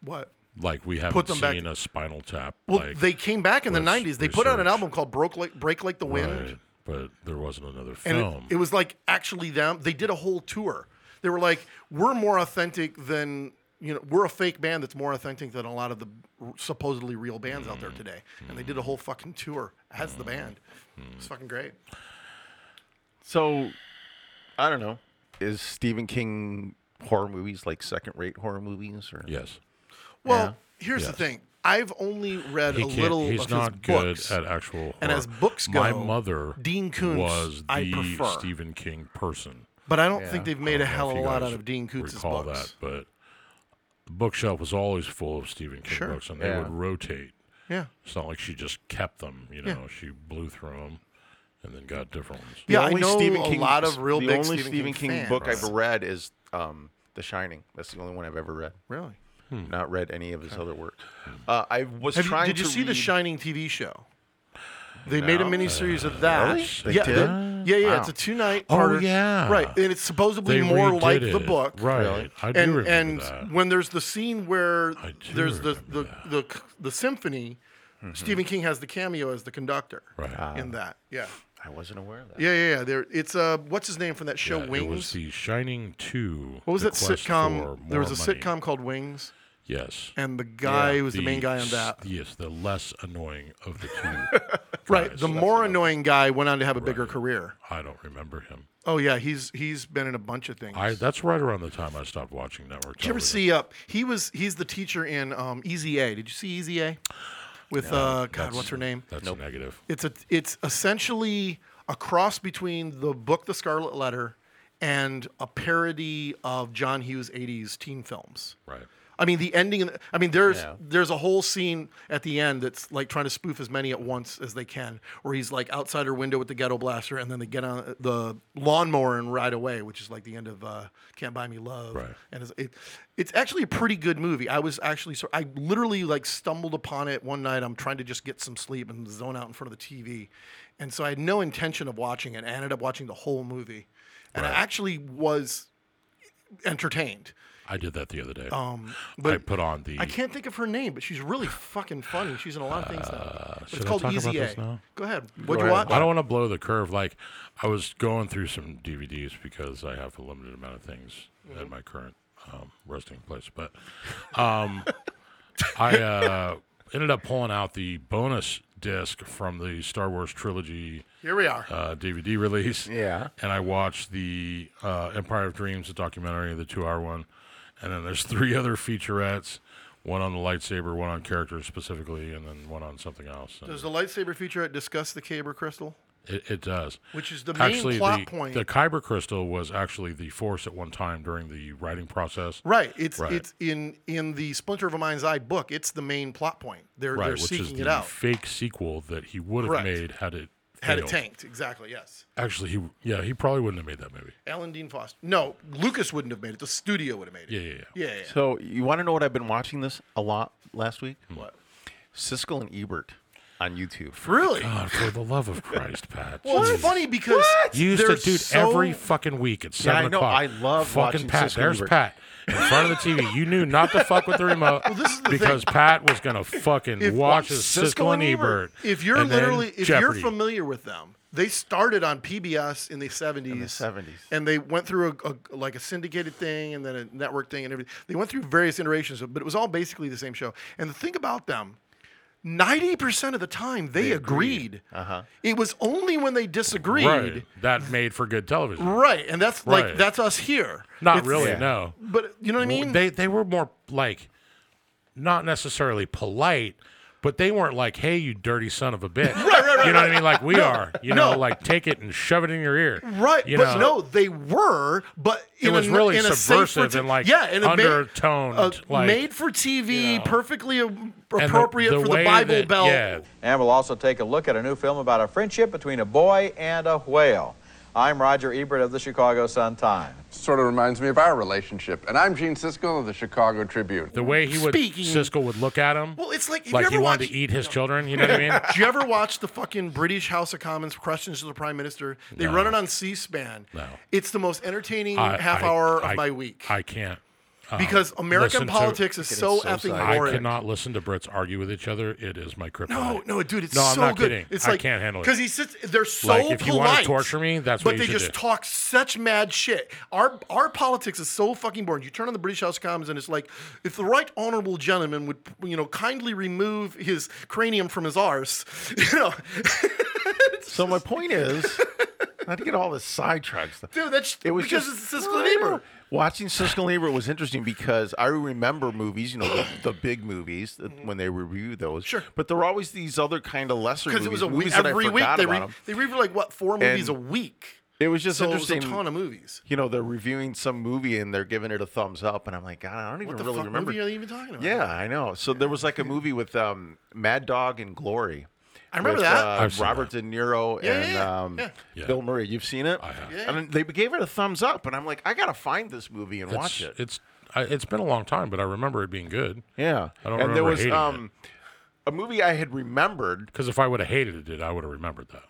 What? Like we haven't Put them back- seen a Spinal Tap. Well, like, they came back in the res- '90s. They put out an research. album called "Broke Like Break Like the Wind." right, but there wasn't another and it- film. it, was like actually them. They did a whole tour. They were like, we're more authentic than you know, we're a fake band that's more authentic than a lot of the r- supposedly real bands out Mm. there today. And they did a whole fucking tour as the band. Mm. It's fucking great. So, I don't know. Is Stephen King horror movies like second-rate horror movies, or Yes. Well, here's Yes. the thing. I've only read He a can't, little he's of not his good books. at actual And horror. as books My go, mother Dean Koontz, was I the prefer. Stephen King person. but I don't Yeah. think they've made a I don't know hell if of a you lot guys out of Dean Koontz's recall books. that, but the bookshelf was always full of Stephen King Sure. books, and they Yeah. would rotate. Yeah. It's not like she just kept them. You know, Yeah. she blew through them, and then got different ones. Yeah, I only know a lot of real the big only Stephen King fans. book I've Right. read is um, The Shining. That's the only one I've ever read. Really? Not read any of his other work. Uh, I was Hmm. Have you, trying did you to see the read- Shining TV show? They made a miniseries of that. really? They yeah, did? the- yeah, yeah. It's Wow. a two-night. Oh, parter. yeah. Right, and it's supposedly They more redid like the it. book. Right. Really? I do and, remember And that. when there's the scene where I do there's the the, remember Mm-hmm. the the symphony, Stephen King has the cameo as the conductor Right. in that. Yeah. I wasn't aware of that. Yeah, yeah, yeah. There, it's uh, what's his name from that show Yeah, Wings? It was the Shining Two. what was The that Quest for sitcom? There More was a Money. sitcom called Wings, Yes. and the guy who was the, main guy on s- that. Yes, the less annoying of the two. Right. guys. The more annoying guy went on to have a bigger career. I don't remember him. Oh yeah, he's he's been in a bunch of things. I. That's right around the time I stopped watching network. Did you ever television. see up? he was he's the teacher in um, Easy A. Did you see Easy A? With uh, God, That's- what's her name? That's a negative. It's a it's essentially a cross between the book The Scarlet Letter and a parody of John Hughes' '80s teen films. Right. I mean, the ending. in- I mean, there's Yeah. there's a whole scene at the end that's like trying to spoof as many at once as they can, where he's like outside her window with the ghetto blaster, and then they get on the lawnmower and ride away, which is like the end of uh, "Can't Buy Me Love." Right. And it's, it, it's actually a pretty good movie. I was actually so I literally like stumbled upon it one night. I'm trying to just get some sleep and zone out in front of the TV, and so I had no intention of watching it. I ended up watching the whole movie, and I actually was entertained. I did that the other day. Um, but I put on the. I can't think of her name, but she's really fucking funny. She's in a lot of things now. But Uh, should it's I called talk about Easy this A. now? Go ahead. What'd Go you ahead. watch? I don't want to blow the curve. Like, I was going through some DVDs because I have a limited amount of things Mm-hmm. at my current um, resting place. But um, I uh, ended up pulling out the bonus disc from the Star Wars trilogy Here we are. uh, DVD release. Yeah. And I watched the uh, Empire of Dreams, the documentary, the two hour one. And then there's three other featurettes one on the lightsaber, one on characters specifically, and then one on something else. And Does the lightsaber featurette discuss the Kyber crystal? it, it does. Which is the main Actually, plot the, point. the Kyber crystal was actually the force at one time during the writing process. Right. It's Right. it's in in the Splinter of a Mind's Eye book. It's the main plot point. They're Right, they're which is seeking the it out. fake sequel that he would have Correct. made had it Had it failed. tanked. Exactly. Yes. Actually, he yeah, he probably wouldn't have made that movie. Alan Dean Foster. No, Lucas wouldn't have made it. The studio would have made it. Yeah, yeah, yeah. Yeah. yeah. So you want to know what I've been watching this a lot last week? Hmm. What? Siskel and Ebert on YouTube. Really? God, for the love of Christ, Pat. Well, Jeez. it's funny because You used they're to do it so- every fucking week at seven I know. o'clock. I love fucking watching Pat. Siskel There's Ebert. Pat in front of the TV. You knew not to fuck with the remote this is the because Pat was gonna fucking If- watch like his Siskel and Ebert. If you're and then literally, if you're Jeopardy. familiar with them, they started on PBS in the '70s. In 70s. and they went through a, a like a syndicated thing and then a network thing and everything. They went through various iterations, but it was all basically the same show. And the thing about them. 90% of the time they, agreed. Uh-huh. It was only when they disagreed. right, that made for good television. Right, And that's Right. like that's us here. Not It's- really, Yeah. no. But you know what I mean? they they were more like not necessarily polite, but they weren't like, "Hey, you dirty son of a bitch." Right, right, right, you know what I mean? Like we are. You know, no. like take it and shove it in your ear. Right, You but know? no, they were, but in was a, really in a safe subversive for and, like, yeah, in a ma- undertoned, a like, made for TV, perfectly um, And appropriate for the way Bible that- Belt. Yeah, And we'll also take a look at a new film about a friendship between a boy and a whale. I'm Roger Ebert of the Chicago Sun-Times. sort of reminds me of our relationship. And I'm Gene Siskel of the Chicago Tribune. the way he would Speaking- Siskel would look at him. Well, it's like have like you he ever wanted watched- to eat his children. You know what I mean? Did you ever watch the fucking British House of Commons questions to the Prime Minister? They run it on C-SPAN. No. It's the most entertaining I- half I- hour I- of my week. I can't. because American listen to- politics is It is so, so effing sad. I boring. cannot listen to Brits argue with each other. It is my kryptonite. No, no, dude, it's No, I'm so not good. kidding. It's I like can't handle it. because he sits. They're so Like, if you wanna polite. torture me, that's but what you they should just do. talk such mad shit. Our our politics is so fucking boring. You turn on the British House of Commons and it's like, if the right honorable gentleman would you know kindly remove his cranium from his arse, you know, So my point is, not to get all this sidetracked stuff. dude, that's It was because just, it's I Siskel don't and know. Ebert. Watching Siskel and Ebert was interesting because I remember movies, you know, the, the big movies that- when they review those. Mm-hmm. Sure. But there were always these other kind of lesser Because movies. it was a movies week that I every week forgot they about re- 'em. they review like what four movies And a week. It was just So it was a interesting. ton of movies. You know, they're reviewing some movie and they're giving it a thumbs up, and I'm like, God, I don't even What the really fuck remember. movie are they even talking about? Yeah, I know. So there was like a movie with um, Mad Dog and Glory. I remember with, that. Uh, I've seen Robert De Niro Yeah, and yeah, um, yeah. Yeah. Bill Murray. You've seen it? I have. Yeah. And they gave it a thumbs up, and I'm like, I gotta find this movie and It's, watch it. It's I, it's been a long time, but I remember it being good. Yeah. I don't and there remember was hating um, a movie I had remembered. Because if I would have hated it, I would have remembered that.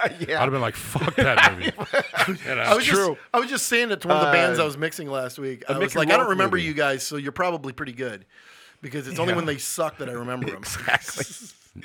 I'd yeah. have been like, "Fuck that movie." You know? I was True. Just, I was just saying it to one of the bands Uh, I was mixing last week. I Mick was and like, I don't Rolf remember movie. you guys, so you're probably pretty good, because it's only when they suck that I remember them.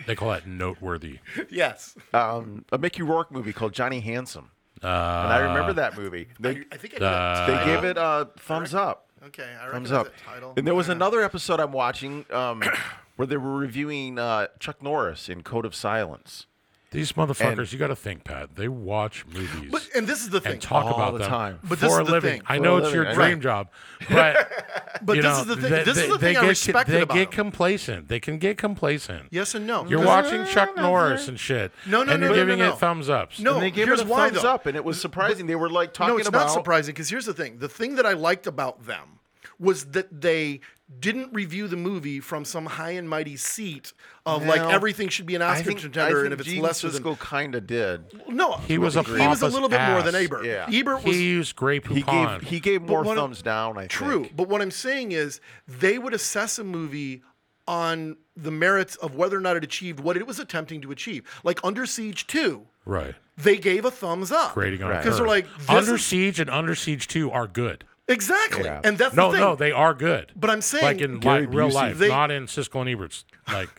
they call that noteworthy. yes, um, a Mickey Rourke movie called Johnny Handsome. and I Uh, remember that movie. They I think I did that. they gave it a thumbs up. Okay, I Uh, recognize Thumbs up. that title. And there was I don't know. another episode I'm watching um, where they were reviewing uh, Chuck Norris in Code of Silence. These motherfuckers, you got to think, Pat. They watch movies But and this is the thing. and talk All about the them time. for But this a is the living. thing. I For know a it's your living, dream right. job, but But you this know, is the thing. they- this is they- the they thing I get- respected They about get him. complacent. They can get complacent. Yes and no. You're Doesn't- watching Chuck Norris and shit. No, no, and no, no, you're giving no, no. it thumbs ups. No, and they gave here's it a why, thumbs though. up, and it was surprising. They were like talking No, it's about not surprising because here's the thing. The thing that I liked about them was that they didn't review the movie from some high and mighty seat of like No. everything should be an I Oscar think, contender, I and think if it's Gene lesser than Siskel kind of did. No, He was a he was a pompous little bit more ass. than Ebert. Yeah. Ebert was He used Grey He Poupon. gave he gave But more what I'm- thumbs down. I true, think. but what I'm saying is they would assess a movie on the merits of whether or not it achieved what it was attempting to achieve. Like Under Siege 2, right. they gave a thumbs up. Grading on Because they're curve. like this Under is- Siege and Under Siege Two are good. Exactly. And that's No, the thing. no, they are good. But I'm saying- like in Gary li- real Busey. life, They- not in Siskel and Ebert's. Like,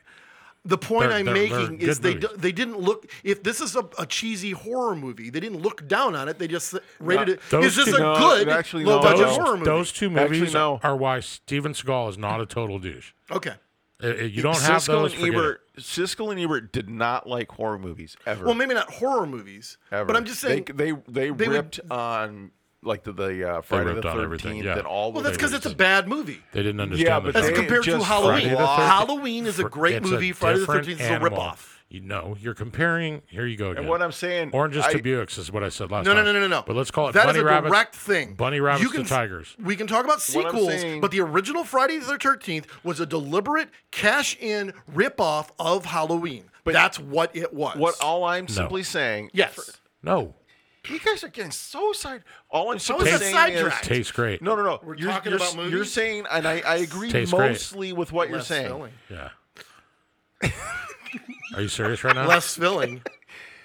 The point They're- I'm they're- they're making is good they movies. d- they didn't look. If this is a, a cheesy horror movie, they didn't look down on it. They just rated it. those Is this two- a No, good actually, low no, budget those, no. horror movie? those two Actually, movies no. are why Steven Seagal is not a total douche. okay. Uh, uh, you don't have Siskel those. and forget Ebert. it. Siskel and Ebert did not like horror movies ever. Well, maybe not horror movies, ever. but I'm just saying they they, they, they would- ripped on like the, the uh, Friday the ripped on everything, Thirteenth yeah. and all. Well, the that's because it's a movies. bad movie. They didn't understand. Yeah, the but As they genre. compared to just Halloween. Friday the 13th. Halloween is a For- great it's movie. Friday the different 13th is a animal. ripoff. You know, you're comparing. Here you go again. what I'm saying, oranges to I- Buicks is what I said last No, no, time. no, no, no, no. But let's call it That is bunny a rabbits. direct thing. Bunny rabbits you can, to tigers. We can talk about What I'm sequels, saying- but the original Friday the Thirteenth was a deliberate cash-in ripoff of Halloween. But that's what it was. What all I'm simply saying. Yes. No, you guys are getting so side. All I'm is simply that saying sidetracked? is. tastes great. No, no, no. We're you're, talking you're, about you're movies? saying, and I, I agree Tastes great. mostly with what you're Less saying. filling. Yeah. Are you serious right now? Less filling.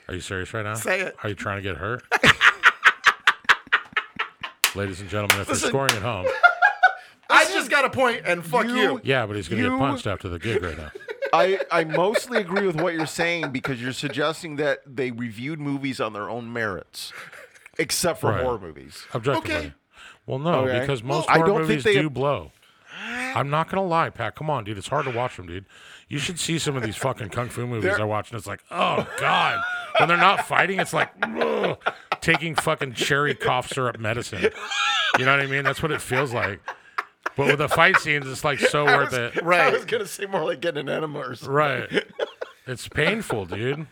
Are you serious right now? Say it. Are you trying to get hurt? Ladies and gentlemen, if you're scoring at home, I just got a point, and fuck you. you- yeah, but he's going to You- get punched after the gig right now. I, I mostly agree with what you're saying because you're suggesting that they reviewed movies on their own merits, except for Right. horror movies. Objectively. Okay. Well, no, Okay. because Well, most I horror don't think movies they- do blow. I'm not gonna lie, Pat. Come on, dude. It's hard to watch them, dude. You should see some of these fucking kung fu movies I watch, and it's like, oh god. When they're not fighting, it's like ugh, taking fucking cherry cough syrup medicine. You know what I mean? That's what it feels like. But with the fight scenes, it's like so worth it. Right. I was gonna say more like getting an enema or something. Right. It's painful, dude.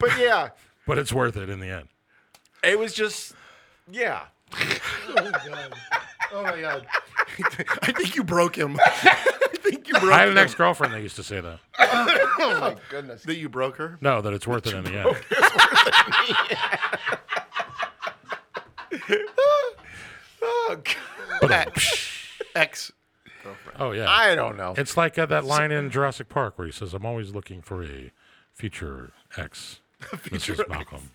But yeah, But it's worth it in the end. it was just yeah. Oh my god. I think you broke him. I think you broke I had him. an ex girlfriend that used to say that. oh my goodness. That you broke her. No, that it's worth it in the end. Oh, God. uh, Ex. Oh yeah. I don't know. It's like uh, that line in Jurassic Park where he says, "I'm always looking for a future ex, Mrs. Malcolm."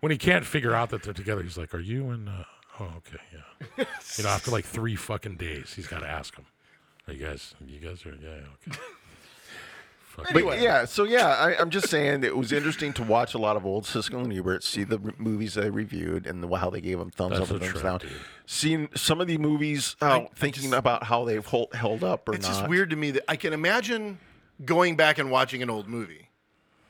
when he can't figure out that they're together, he's like, "Are you in?" Uh, oh, okay, yeah. you know, after like three fucking days, he's got to ask him. Are you guys? You guys are? Yeah, okay. Fuck. But yeah, so yeah, I, I'm just saying it was interesting to watch a lot of old Siskel and Ebert, see the r- movies they reviewed and the, how they gave them thumbs That's up and a thumbs trip, down. dude. Seeing some of the movies, uh, thinking about how they've hol- held up or it's not. just weird to me that I can imagine going back and watching an old movie.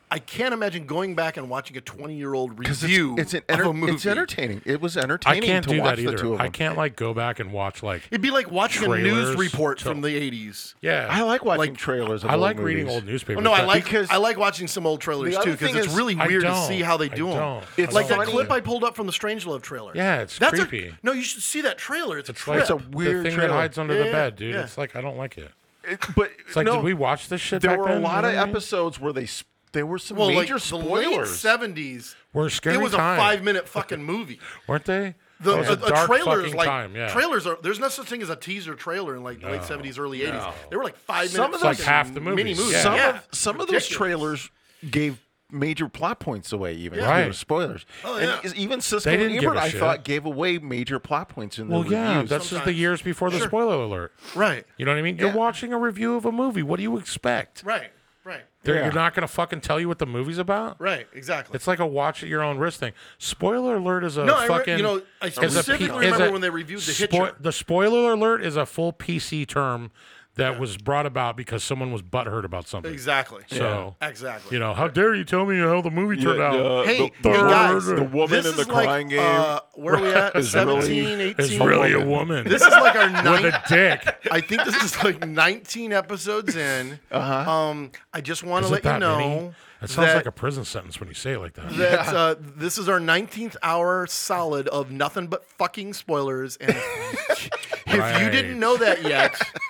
I can't imagine going back and watching a 20 year old 'Cause review It's, it's, an of enter- a movie. it's entertaining. It was I entertaining can't to do that watch the two either. of them. I can't like go back and watch like. It'd be like watching a news Trailers report to- from the 80s. Yeah, I like watching Like, trailers. Of I old like reading movies. Oh, old newspapers. Well, no, I but like Because- I like watching some old trailers The too other because thing it's is- really I weird to don't. see how they I do them. don't. It's like that funny. clip I pulled up from the Strangelove trailer. Yeah, it's That's a- creepy. no, you should see that trailer. It's a It's trip. like It's a the weird thing that trailer. hides under the Yeah, bed, dude. yeah. It's like I don't like it. It- but It's like, no, did we watch this shit? There back were then? a lot You of know what I mean? episodes where they s- there were some well, like major the late spoilers. seventies. Were a scary It was time. a five minute fucking movie. weren't they? The It was a, a dark trailer is fucking like time, yeah. trailers are there's no such thing as a teaser trailer in like the late seventies, early eighties. They were like five Some minutes. of those- Like half the mini movies, movies. yeah. some Yeah. of some of those Ridiculous. trailers gave major plot points away, even Right. They were spoilers. Oh, and yeah. is- even Siskel They didn't and give Ebert, a I shit. thought, gave away major plot points in the Well, yeah, reviews. that's just the sometimes. years before the spoiler alert. Right. You know what I mean? You're watching a review of a movie. What do you expect? Right. Right. They're Yeah. You're not going to fucking tell you what the movie's about. Right. Exactly. It's like a watch at your own risk thing. Spoiler alert is a No, I re- fucking. you know, I is a pe- specifically is remember a when they reviewed The Hitcher. The spoiler alert is a full PC term that was brought about because someone was butthurt about something. Exactly. So Exactly. You know, how dare you tell me how the movie turned out? Hey, hey, the- guys, the woman this in the is like, crying game Uh, where are we at? is really- 17, 18. It's really a woman This is like our with ninth. a dick. I think this is like 19 episodes in. Uh-huh. Um, I just want to Is it let you that know many? That sounds that- like a prison sentence when you say it like that. that uh, this is our 19th hour solid of nothing but fucking spoilers. And if you Right. didn't know that yet,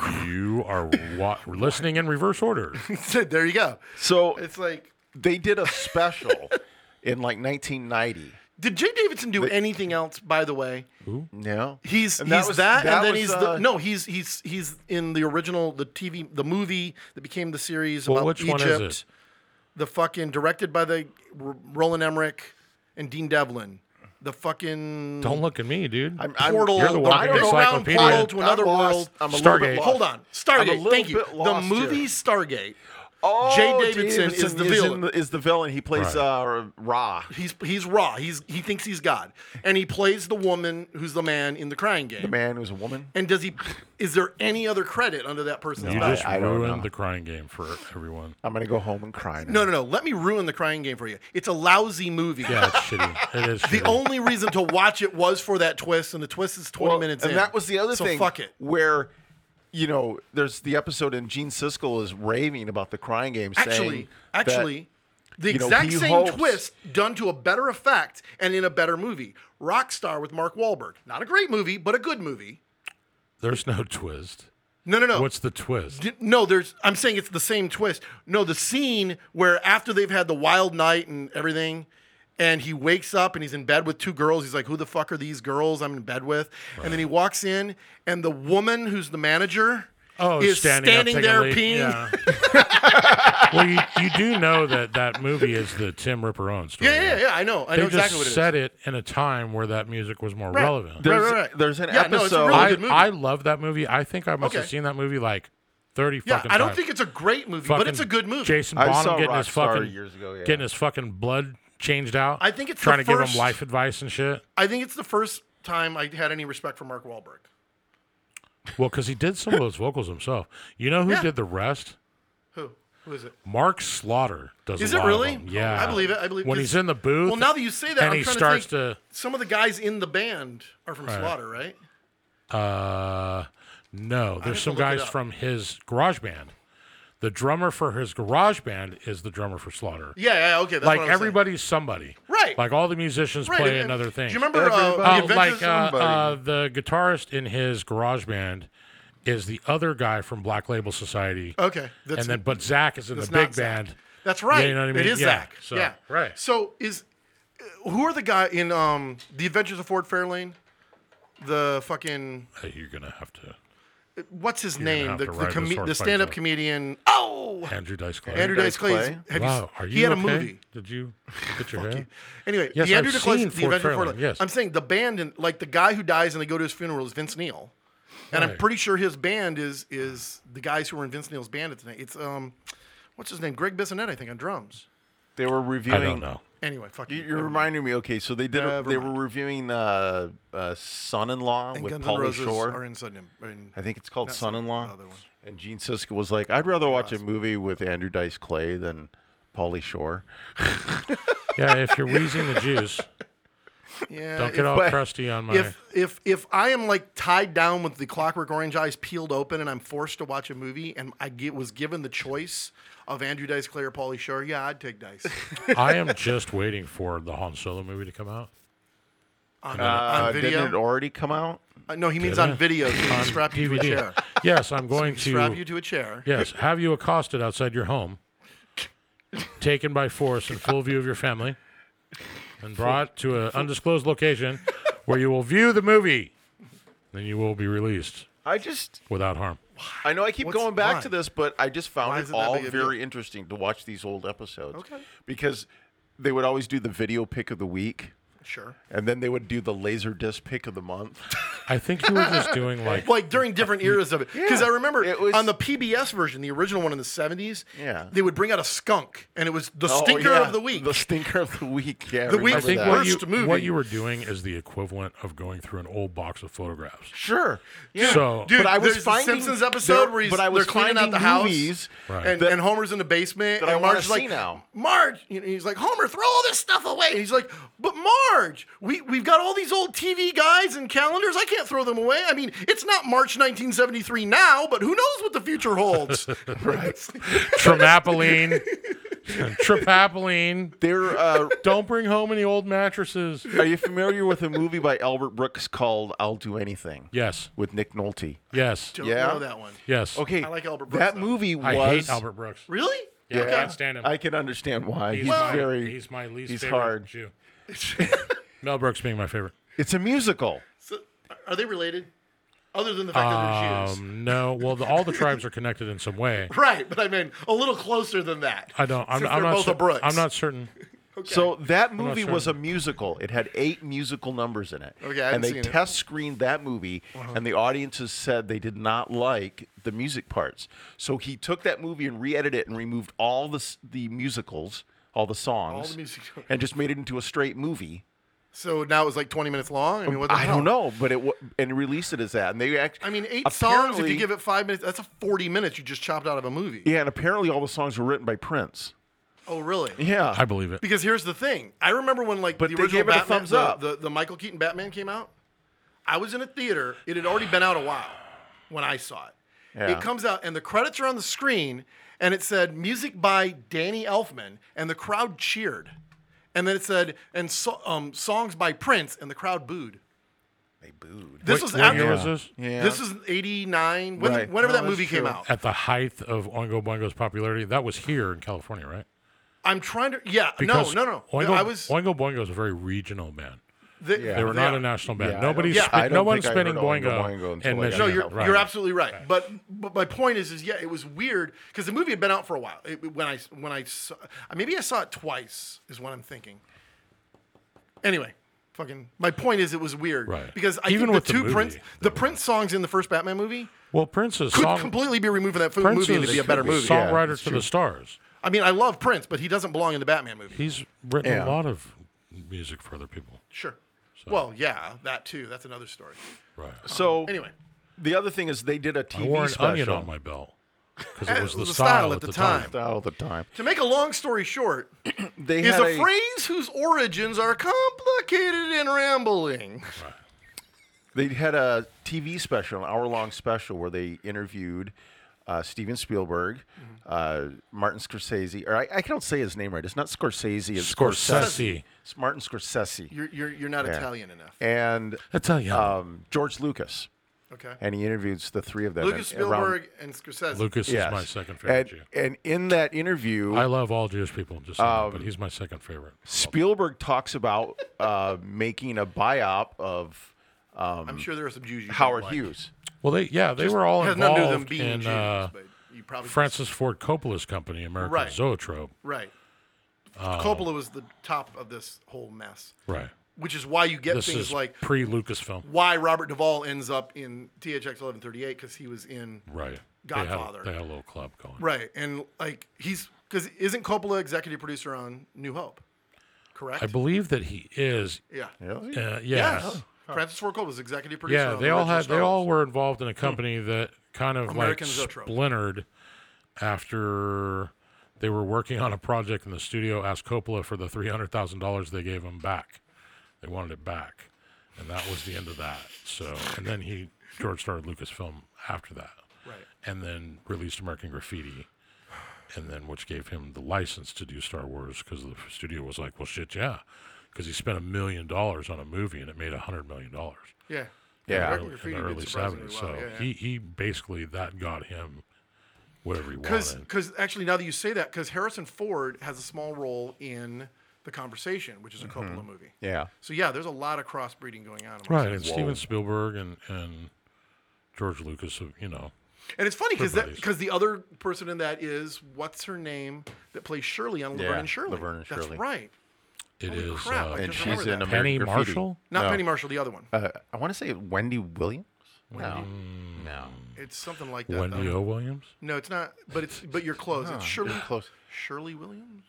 You are wa- listening in reverse order. there you go. so It's like, they did a special in like 1990. did Jay Davidson do anything else? By the way, No, he's And he's was- that, and then was, he's uh, the, no, he's he's he's in the original the TV the movie that became the series Well, about which one Egypt. is it? The fucking directed by the R- Roland Emmerich and Dean Devlin. The fucking Don't look at me, dude. I'm, I'm, Portal, You're the the walking big round encyclopedia. portal to I'm another lost. world. I'm a little Stargate. bit lost. Hold on, I'm a Stargate. little Thank you. bit The lost movie here. Stargate. Oh, Jay Davidson is the villain. in the- is the villain. He plays uh, Ra. He's he's raw. He's he thinks he's God, and he plays the woman who's the man in the crying game. The man who's a woman. And does he? Is there any other credit under that person's you name? just I don't ruined know. the crying game for everyone. I'm gonna go home and cry. Now. No, no, no. Let me ruin the crying game for you. It's a lousy movie. Yeah, it's shitty. It is. The shitty. only reason to watch it was for that twist, and the twist is 20 Well, minutes and in. that was the other so thing. fuck it. Where, you know, there's the episode and Gene Siskel is raving about the crying game. saying Actually, that- actually, the you know, exact he same hopes- twist done to a better effect and in a better movie. Rockstar with Mark Wahlberg. Not a great movie, but a good movie. There's no twist. No, no, no. What's the twist? D- no, there's. I'm saying it's the same twist. No, the scene where after they've had the wild night and everything, and he wakes up and he's in bed with two girls. He's like, "Who the fuck are these girls I'm in bed with?" And then he walks in, and the woman who's the manager Oh, is standing, standing, up, taking a there leak. peeing. Yeah. well, you, you do know that that movie is the Tim Ripper Owen story. Yeah, yeah, right? yeah. I know. I They know just exactly what it is. said it in a time where that music was more Right. relevant. Right, There's, right, right. there's an Yeah, no, it's a episode. really I, good movie. I love that movie. I think I must have Okay. seen that movie like 30 Yeah, fucking I don't times. think it's a great movie, but Fucking it's a good movie. Jason I Bonham saw getting his Rockstar fucking years ago, yeah. getting his fucking blood changed out. I think it's the trying to give first- him life advice and shit. I think it's the first time I had any respect for Mark Wahlberg. Well, because he did some of those vocals himself. You know who Yeah. did the rest? Who? Who is it? Mark Slaughter does. Is a it lot really? Of them. Yeah, I believe it. I believe when 'cause- he's in the booth. Well, now that you say that, and I'm he trying starts to, think, to Some of the guys in the band are from Slaughter, right? Uh, no, there's to some look it guys up. from his garage band. The drummer for his garage band is the drummer for Slaughter. Yeah, yeah, okay. That's like what I'm saying. everybody's somebody. Right. Like all the musicians Right, play and- another thing. Do you remember uh, Everybody. the Uh, Adventures like uh, somebody. uh, the guitarist in his garage band is the other guy from Black Label Society. Okay, Oh, that's- and then but Zach is in the It's big not Zach. band. That's right. Yeah, you know what I mean? It is Yeah, Zach. so- yeah. right. So is uh, who are the guy in um the Adventures of Ford Fairlane? The fucking Hey, you're gonna have to. what's his gonna name? have The to the, ride this comi- horse the by stand-up yourself. comedian. Oh, No. Andrew Dice Clay. Andrew Dice Clay. Clay? Have you s- wow, are you he had okay? a movie. Did you get your head? Anyway, Yes, the I've Andrew Dice Clay, seen the Fort Adventure of Fairlane, Fort Fairlane. yes. I'm saying the band and like the guy who dies and they go to his funeral is Vince Neil, and I'm Right. pretty sure his band is is the guys who were in Vince Neil's band at the night. It's um, what's his name? Greg Bissonette, I think, on drums. They were I reviewing. don't know. Anyway, fuck You- you. You're reminding me. Okay, so they did. A, Never they mind. were reviewing uh, uh, "Son-in-Law" And with Guns N' Pauly Roses Shore. are in Sudden. are in- I think it's called That's the Son-in-Law. other one. And Gene Siskel was like, "I'd rather watch a movie with Andrew Dice Clay than Pauly Shore." Yeah, if you're wheezing the juice, Yeah. don't Uh, if- get all but- crusty on my. if if if I am like tied down with the Clockwork Orange eyes peeled open and I'm forced to watch a movie and I get, was given the choice of Andrew Dice Clay or Paulie Shore, yeah, I'd take Dice. I am just waiting for the Han Solo movie to come out. On, Uh, on video? didn't it already come out? Uh, no, he means Did on it? video. So he strap you to a DVD. chair. Yes, I'm going Strap to. you to a chair. Yes, have you accosted outside your home, taken by force in full view of your family, and brought to an undisclosed location where you will view the movie. Then you will be released I just, without harm. I know I keep What's- going back to why? this, but I just Why found is it it that all big of a deal? very interesting to watch these old episodes. Okay. Because they would always do the video pick of the week, Sure. and then they would do the laser disc pick of the month. I think you were just doing like Like during different eras of it, because Yeah. I remember It was- on the PBS version, the original one in the '70s, Yeah. Oh, they would bring out a skunk, and it was the Oh, stinker yeah, of the week. The stinker of the week. Yeah. I The week- I remember think that. what you, Worst movie. what you were doing is the equivalent of going through an old box of photographs. Sure. Yeah. So- Dude, but I was there's finding the Simpsons episode there- where he's, but I was they're cleaning out finding the house, movies Right. and, that- and Homer's in the basement, that I and wanna Marge's see like, now. Marge, you know, he's like, Homer, throw all this stuff away. And he's like, but Marge, we we've got all these old TV guides and calendars. I can't throw them away. I mean, it's not March 1973 now, but who knows what the future holds? right? Tramapoline, Trapapoline. There, uh, Don't bring home any old mattresses. are you familiar with a movie by Albert Brooks called "I'll Do Anything"? Yes, With Nick Nolte. yes, Don't Yeah. know that one. yes. Okay. I like Albert Brooks, That though. movie was. I hate Albert Brooks. Really? Yeah, I can't stand him. I can understand why. He's, my, very. He's my least. he's favorite hard. Jew. Mel Brooks being my favorite. It's a musical. So, are they related? Other than the fact that they're Jews. Um, no, well, the, all the tribes are connected in some way. Right, but I mean a little closer than that. I don't. I'm, Since I'm they're not. both cer- a Brooks. I'm not certain. So that movie sure. was a musical. It had eight musical numbers in it. Okay, I haven't and they seen it. test screened that movie, Uh-huh. and the audiences said they did not like the music parts. So he took that movie and re-edited it and removed all the s- the musicals, all the songs, music- and just made it into a straight movie. So now it was like 20 minutes long. I mean, what the I hell? don't know, but it wa and released it as that. And they actually, I mean, eight songs. If you give it five minutes, that's a 40 minutes you just chopped out of a movie. yeah, and apparently all the songs were written by Prince. Oh, really? Yeah, I believe it. Because here's the thing. I remember when like But the they original gave it a Batman, thumbs the, up. The, the Michael Keaton Batman came out. I was in a theater. It had already been out a while when I saw it. Yeah. It comes out and the credits are on the screen, and it said music by Danny Elfman, and the crowd cheered. And then it said and so, um, songs by Prince, and the crowd booed. they booed. This was What- what after year was this? Yeah. This was '89. When, Right. Whenever No, that that's movie came true. out, At the height of Oingo Boingo's popularity, that was here in California, right? I'm trying to. Yeah, Because Uh, no, no, no. Oingo, no I was. Oingo Boingo is a very regional band. They, They were not are. a national band. Yeah, I don't Nobody's. think- spin- I don't no one's think I spinning heard Oingo boingo, in Boingo until I got Michigan. No, you're Right. you're absolutely right. But but my point is is yeah, it was weird because the movie had been out for a while. It, when I when I saw, maybe I saw it twice is what I'm thinking. Anyway, fucking. My point is it was weird Right. because I Even think with the the two movie, Prince the Prince songs in the first Batman movie Well, Prince's could song. completely be removed from that fo- Prince's movie and it'd be a better movie. song- Songwriter to Yeah, the stars. I mean, I love Prince, but he doesn't belong in the Batman movie. He's written Yeah. a lot of music for other people. Sure. Well, yeah, that too. That's another story. Right. So Anyway, the other thing is they did a I TV wore an special. onion on my belt because it was the the style, at the, time. all the time. to make a long story short, They is had a phrase whose origins are complicated and rambling. They had a TV special, an hour-long special, where they interviewed uh, Steven Spielberg, Mm-hmm. uh, Martin Scorsese, or I, I don't say his name right. It's not Scorsese. It's Scorsese. It's Martin Scorsese You're you're, you're not Italian enough. and Italian. Uh, um, George Lucas, Okay. and he interviews the three of them. Lucas and- around- Spielberg and Scorsese. Lucas yes. is my second favorite Jew. And, and in that interview, I love all Jewish people, just so you know, Um, but he's my second favorite. Spielberg talks about uh, making a biop of I'm sure there are some Jews. You don't Howard like. Hughes. Well, they yeah, they were all Has involved nothing to do with them being in Jews. uh, but You probably Francis Ford Coppola's company, American Right. Zoetrope. right. Um, Coppola was the top of this whole mess, Right. which is why you get This things is like pre Lucasfilm. why Robert Duvall ends up in THX 1138 because he was in Right. Godfather. They had, a- they had a little club going. right, and like he's because isn't Coppola executive producer on New Hope? Correct. I believe that he is. yeah. Really? Uh, yes. Yes. Francis Ford Coppola was executive producer. Yeah, on they the all original had. Star They all Wars. were involved in a company that kind of American like Zoetrope. splintered after they were working on a project in the studio. Asked Coppola for the three hundred thousand dollars they gave him back. They wanted it back, and that was the end of that. So, and then he George started Lucasfilm after that, Right. and then released American Graffiti. And then, which gave him the license to do Star Wars because the studio was like, well, shit, yeah. Because he spent a million dollars on a movie and it made a hundred million dollars Yeah. Yeah. American early- in Graffiti the did early surprisingly seventies. well, so yeah, yeah. he he basically that got him whatever he Because wanted. because actually now that you say that, because Harrison Ford has a small role in the conversation, which is a Coppola movie. Yeah. So yeah, there's a lot of crossbreeding going on. amongst Mm-hmm. Right, them. and Steven Spielberg and and George Lucas, uh, you know, And it's funny because buddies. because the other person in that is what's her name that plays Shirley on Laverne Yeah, and Shirley. Laverne and That's Shirley. right. it Holy is crap, I uh, And just she's remembered in that. American Penny Graffiti. Marshall. Not No. Penny Marshall, the other one. Uh, I want to say Wendy Williams. No. No. It's something like that. Wendy though. O. Williams. No, it's not. But it's but you're close. It's Shirley. You're close. Shirley Williams.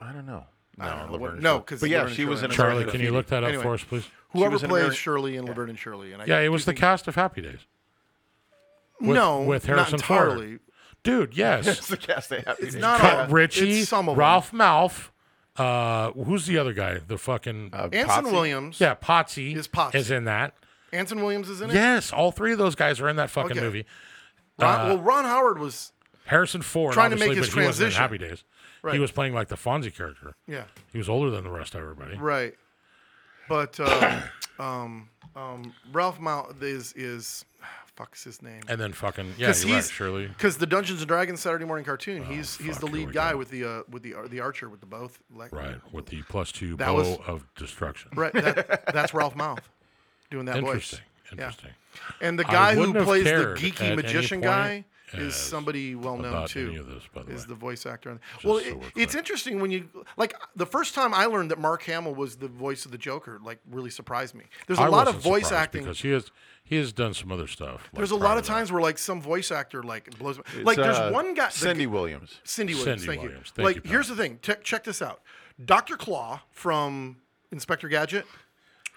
I don't know. No, don't know. Laverne and No, Shirley. 'cause But yeah, Laverne and she was Shirley. in Charlie, American can you Graffiti. look that up Anyway. for us, please? Whoever was in plays American- Shirley in Laverne and Shirley. And I Yeah, it do was the think- cast of Happy Days, with- no with Harrison not Ford. entirely. dude. Yes, It's the cast they have. It's not all. Cut Richie, It's some of them. Ralph Malph. Uh, who's the other guy? The fucking Anson Potsy? Williams. yeah, Potsy Is Uh, Potsy. in that. Anson Williams is in it. Yes, all three of those guys are in that fucking Okay. movie. Uh, Ron, well, Ron Howard was. Harrison Ford Trying to make obviously, his but he wasn't in transition. Happy Days. He Right. was playing like the Fonzie character. Yeah. He was older than the rest of everybody. Right. But uh, um, um, Ralph Mount is is fuck's his name. And then fucking yeah, you're right, Shirley. Oh, Because the Dungeons and Dragons Saturday morning cartoon, he's he's fuck, the here lead we guy go. with the uh, with the ar- the archer with the both like Right, with the plus two That bow was- of destruction. right. That, that's Ralph Mouth doing that Interesting. voice. Yeah. Interesting. And the I guy who wouldn't have plays the cared at geeky any magician point guy is as somebody well known About too. any of this, by the way. is the voice actor. on Well, so it- we're it's clear. interesting when you like the first time I learned that Mark Hamill was the voice of the Joker. Like, really surprised me. There's a I lot of wasn't voice surprised acting. because he has he has done some other stuff. like, There's a prior lot of to that. times where like some voice actor like blows. My, like, there's uh, one guy, the Cindy g- Williams. Cindy Williams. Cindy thank Williams, you. thank like, you, here's the thing. Check check this out. Doctor Claw from Inspector Gadget.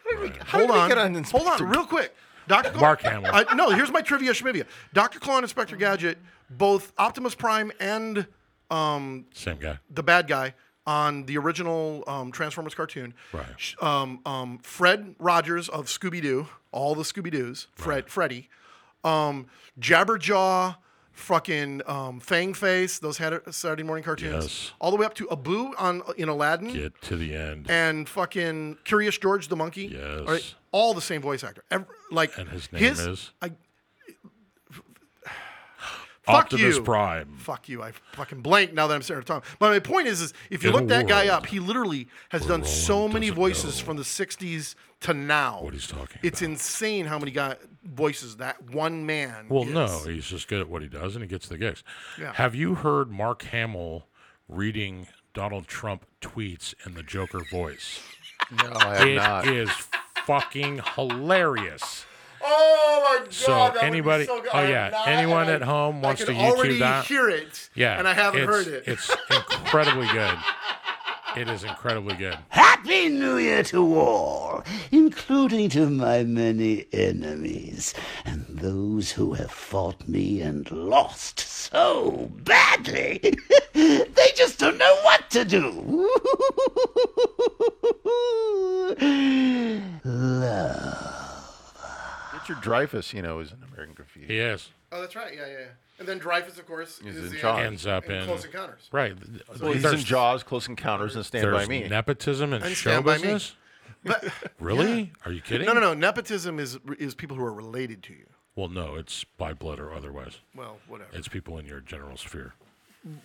How did Hold we on. get on Hold Inspector on, real quick. Dr. Claw, Mark Hamill. Uh, no, here's my trivia schmivia. Dr. Claw and Inspector Gadget, both Optimus Prime and um, Same guy. the bad guy on the original um, Transformers cartoon. Right. Sh- Um, um, Fred Rogers of Scooby Doo, all the Scooby Doos, Fred, Freddy, um, Jabberjaw, fucking um, Fang Face, those had- Saturday morning cartoons, Yes. all the way up to Abu on in Aladdin Get to the end. and fucking Curious George the monkey. Yes. All, right, all the same voice actor. Every, like And his name is? I, fuck Optimus you. Prime. Fuck you. I fucking blank now that I'm sitting here talking. But my point is, is if you In a look that guy world up, he literally has done so Roland many doesn't voices know from the '60s to now. What he's talking It's about. insane how many guy voices that one man. Well, is. no, he's just good at what he does, and he gets the gigs. Yeah. Have you heard Mark Hamill reading Donald Trump tweets in the Joker voice? No, I have It not. is fucking hilarious. Oh my god! So that would be anybody- so good. oh, I have yeah, not- anyone I- at home wants I to can YouTube already that? Hear it? Yeah, and I haven't it's- heard it. It's incredibly good. It is incredibly good. Happy New Year to all, including to my many enemies and those who have fought me and lost so badly. they just don't know what to do. Love. Richard Dreyfuss, you know, is in American Graffiti. Yes. Oh, that's right. Yeah, yeah. yeah. And then Dreyfus, of course, He's is in in charge. Ends up in in. Close Encounters. Right. Well, he's in Jaws, Close Encounters, and Stand There's by Me. nepotism and And show Stand By Me. business. But, Really? Are you kidding? no, no, no. Nepotism is is people who are related to you. Well, no, it's by blood or otherwise. Well, whatever. It's people in your general sphere.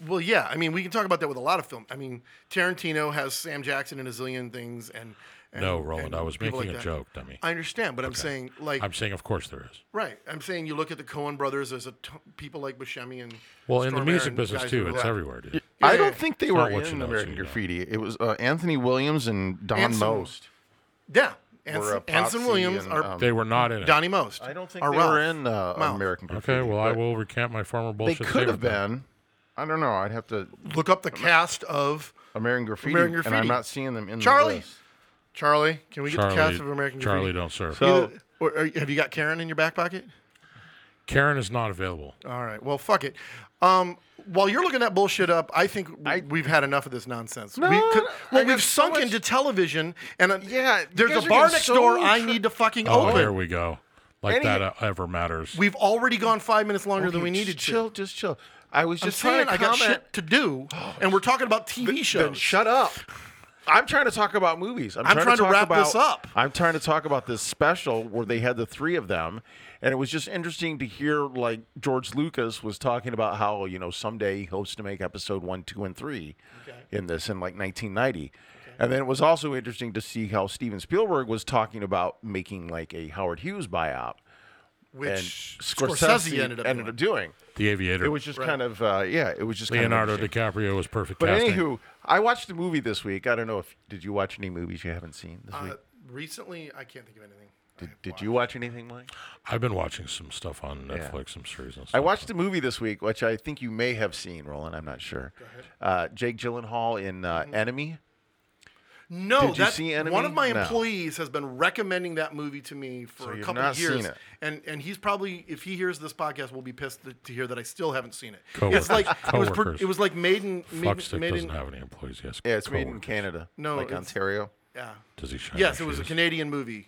Well, yeah. I mean, we can talk about that with a lot of film. I mean, Tarantino has Sam Jackson in a zillion things, and, and No, Roland, and I was people making a that. joke, dummy. I understand, but I'm saying like I'm saying, of course, there is. right. I'm saying you look at the Coen brothers. There's a t- people like Buscemi and Well, in the Stormare music and business guys too, who- it's everywhere, dude. I Yeah. don't think they It's were not what you in know, so American you know. Graffiti. It was uh, Anthony Williams and Don Anson- Most. Yeah, Were Anson, a Anson Popsy Williams and, or um, They were not in it. Donnie Most. I don't think or they Ralph. were in uh, Mouth. American Graffiti. Okay, well, I but will recant my former They bullshit. could have statement then. been. I don't know. I'd have to Look up the cast of American Graffiti, American and Graffiti. I'm not seeing them in Charlie? the list. Charlie. Can we get Charlie, the cast of American Charlie, Graffiti? don't serve. So- Either- or, or have you got Karen in your back pocket? Karen is not available. All right. Well, fuck it. Um, while you're looking that bullshit up, I think I- we've had enough of this nonsense. No, we no, I well, got we've so sunk much- into television, and uh, Yeah, you there's guys a are bar getting next so door I tr- need to fucking Oh, open. there we go. Like Any- that uh, ever matters. We've already gone five minutes longer than Okay, we needed just chill, to. just chill. I was I'm just saying trying to I got comment. shit to do, and we're talking about TV shows. Then shut up. I'm trying to talk about movies. I'm, I'm trying to talk wrap about, this up. I'm trying to talk about this special where they had the three of them, and it was just interesting to hear like George Lucas was talking about how you know someday he hopes to make episode one, two, and three in this in like 1990, and then it was also interesting to see how Steven Spielberg was talking about making like a Howard Hughes biop, and Which Scorsese, ended up doing. doing. the Aviator. It was just kind of uh, yeah, it was just kind of Leonardo interesting. DiCaprio was perfect But casting. anywho, I watched a movie this week. I don't know if did you watch any movies you haven't seen this Uh, week? recently, I can't think of anything. Did, did you watch anything, Mike? I've been watching some stuff on Netflix, some series and stuff. I watched a movie this week, which I think you may have seen, Roland. I'm not sure. Uh, Jake Gyllenhaal in uh, Mm-hmm. Enemy. No, Did you that's- see Enemy? one of my No. employees has been recommending that movie to me for So a you've couple not of years, seen it. and and he's probably if he hears this podcast, will be pissed to, to hear that I still haven't seen it. Coworkers. It's like it was per, Coworkers. it was like Maiden. Maiden, Fuckstick Maiden- doesn't have any employees. Yes. Yeah, it's made in coworkers. Canada. No, like it's- Ontario. yeah. Does he shine? Yes, his it was a shoes? Canadian ravie,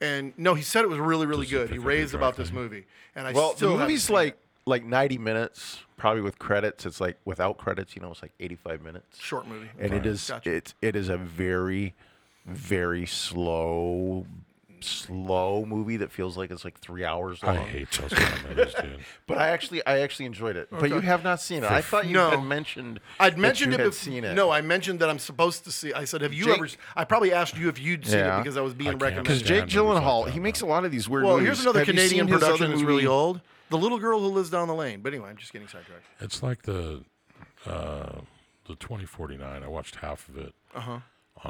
and no, he said it was really really Does it good. He fit the raved about contract, this movie, and I Well, the still haven't movie's seen it. like like 90 minutes, probably with credits. It's like without credits, you know, it's like 85 minutes. short movie, and it is Gotcha. it it is a very very slow slow movie that feels like it's like three hours long. I hate those kind of movies, dude. But I actually I actually enjoyed it. But you have not seen it. I thought you No. had mentioned I'd that mentioned you it, had bef- seen it. No, I mentioned that I'm supposed to see. I said, "Have you Jake- ever?" s- I probably asked you if you'd seen Yeah. it because I was being can't. recommended. because Yeah, Jake movies like Gyllenhaal that, he no. makes a lot of these weird. Well, movies. here's another Have you Canadian seen his production other that's really movie? old. The Little Girl Who Lives Down the Lane. But anyway, I'm just getting sidetracked. It's like the uh, the 2049. I watched half of it on Uh-huh.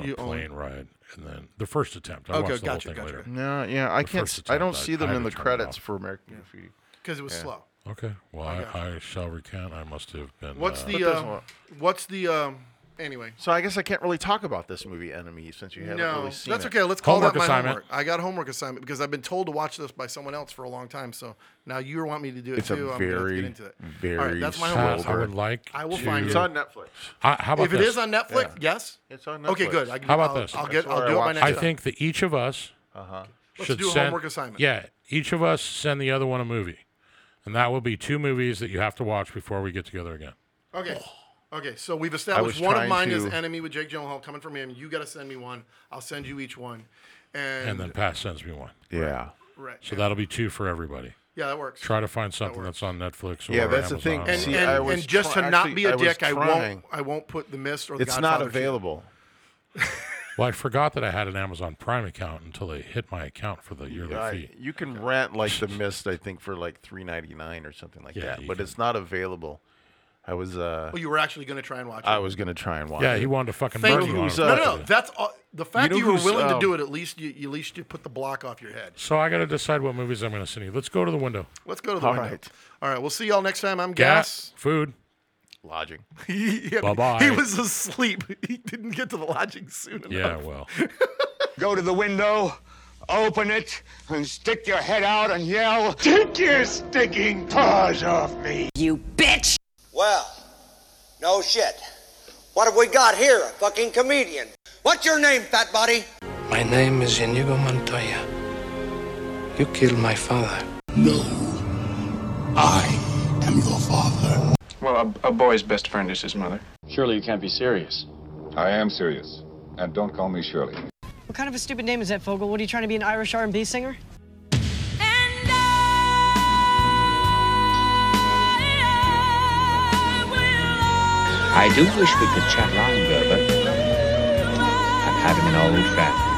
You a own- plane ride, and then the first attempt. I Okay, watched the gotcha, whole thing gotcha. later. No, yeah, I can't. first s- I don't attempt, I- see them I had in to the turn it credits off. for American Graffiti. Because it was slow. Okay. Well, I, I shall recant. I must have been. What's uh, the there's uh, one. What's the um, anyway? So I guess I can't really talk about this movie, Enemy, since you haven't No, really seen that's it. okay. Let's call Homework that my assignment. homework. I got a homework assignment because I've been told to watch this by someone else for a long time. So now you want me to do it It's a too. I'm gonna have to very, get into it. very All right, that's my Uh, homework. I slow- would like. I will to- find It's on Netflix. I- how about If it this? is on Netflix, yes. It's on Okay, Netflix. good. I can, How about I'll- this? I'll get. That's I'll where do it I by watched next I time. think that each of us Uh-huh. Let's should do a send, homework assignment. Yeah, each of us send the other one a movie, and that will be two movies that you have to watch before we get together again. Okay. Okay, so we've was established one of trying mine is to- enemy with Jake Gyllenhaal coming from him. You got to send me one. I'll send you each one, and, And then Pat sends me one, Yeah. right. so that'll be two for everybody. yeah, that works. Try to find something that's on Netflix. Or Yeah, that's the thing. Amazon and, or See, and, I was and just try- to not actually, be a I was dick, I won't. trying. I won't put the mist or the It's not Godfather shit. available. Well, I forgot that I had an Amazon Prime account until they hit my account for the yearly I, fee. you can rent like the mist, I think, for like three ninety nine or something like Yeah, that. you But it's not available. I was uh Well, you were actually going to try and watch it. I was gonna try and watch Yeah, it. he wanted to fucking Thank murder you. you. on Who's, it. no, uh, no, no, that's all, the fact know that you were who's, willing to um, do it. At least you, you- at least you put the block off your head. So I got to decide what movies I'm going to send you. Let's go to the window. Let's go to the All window. right. All right, we'll see y'all next time. I'm Gas, Gas. food. lodging. Yeah, Bye-bye. He was asleep. He didn't get to the lodging soon enough. Yeah, well, Go to the window, open it, and stick your head out and yell, Take your sticking paws off me! You bitch! Well, no shit. What have we got here? A fucking comedian. What's your name, fat body? My name is Inigo Montoya. You killed my father. I am your father. Well, a, a boy's best friend is his mother. Surely you can't be serious. I am serious. And don't call me Shirley. What kind of a stupid name is that, Fogel? What are you trying to be an Irish R&B singer? And I will I do wish we could chat longer, but I'm having an old friend.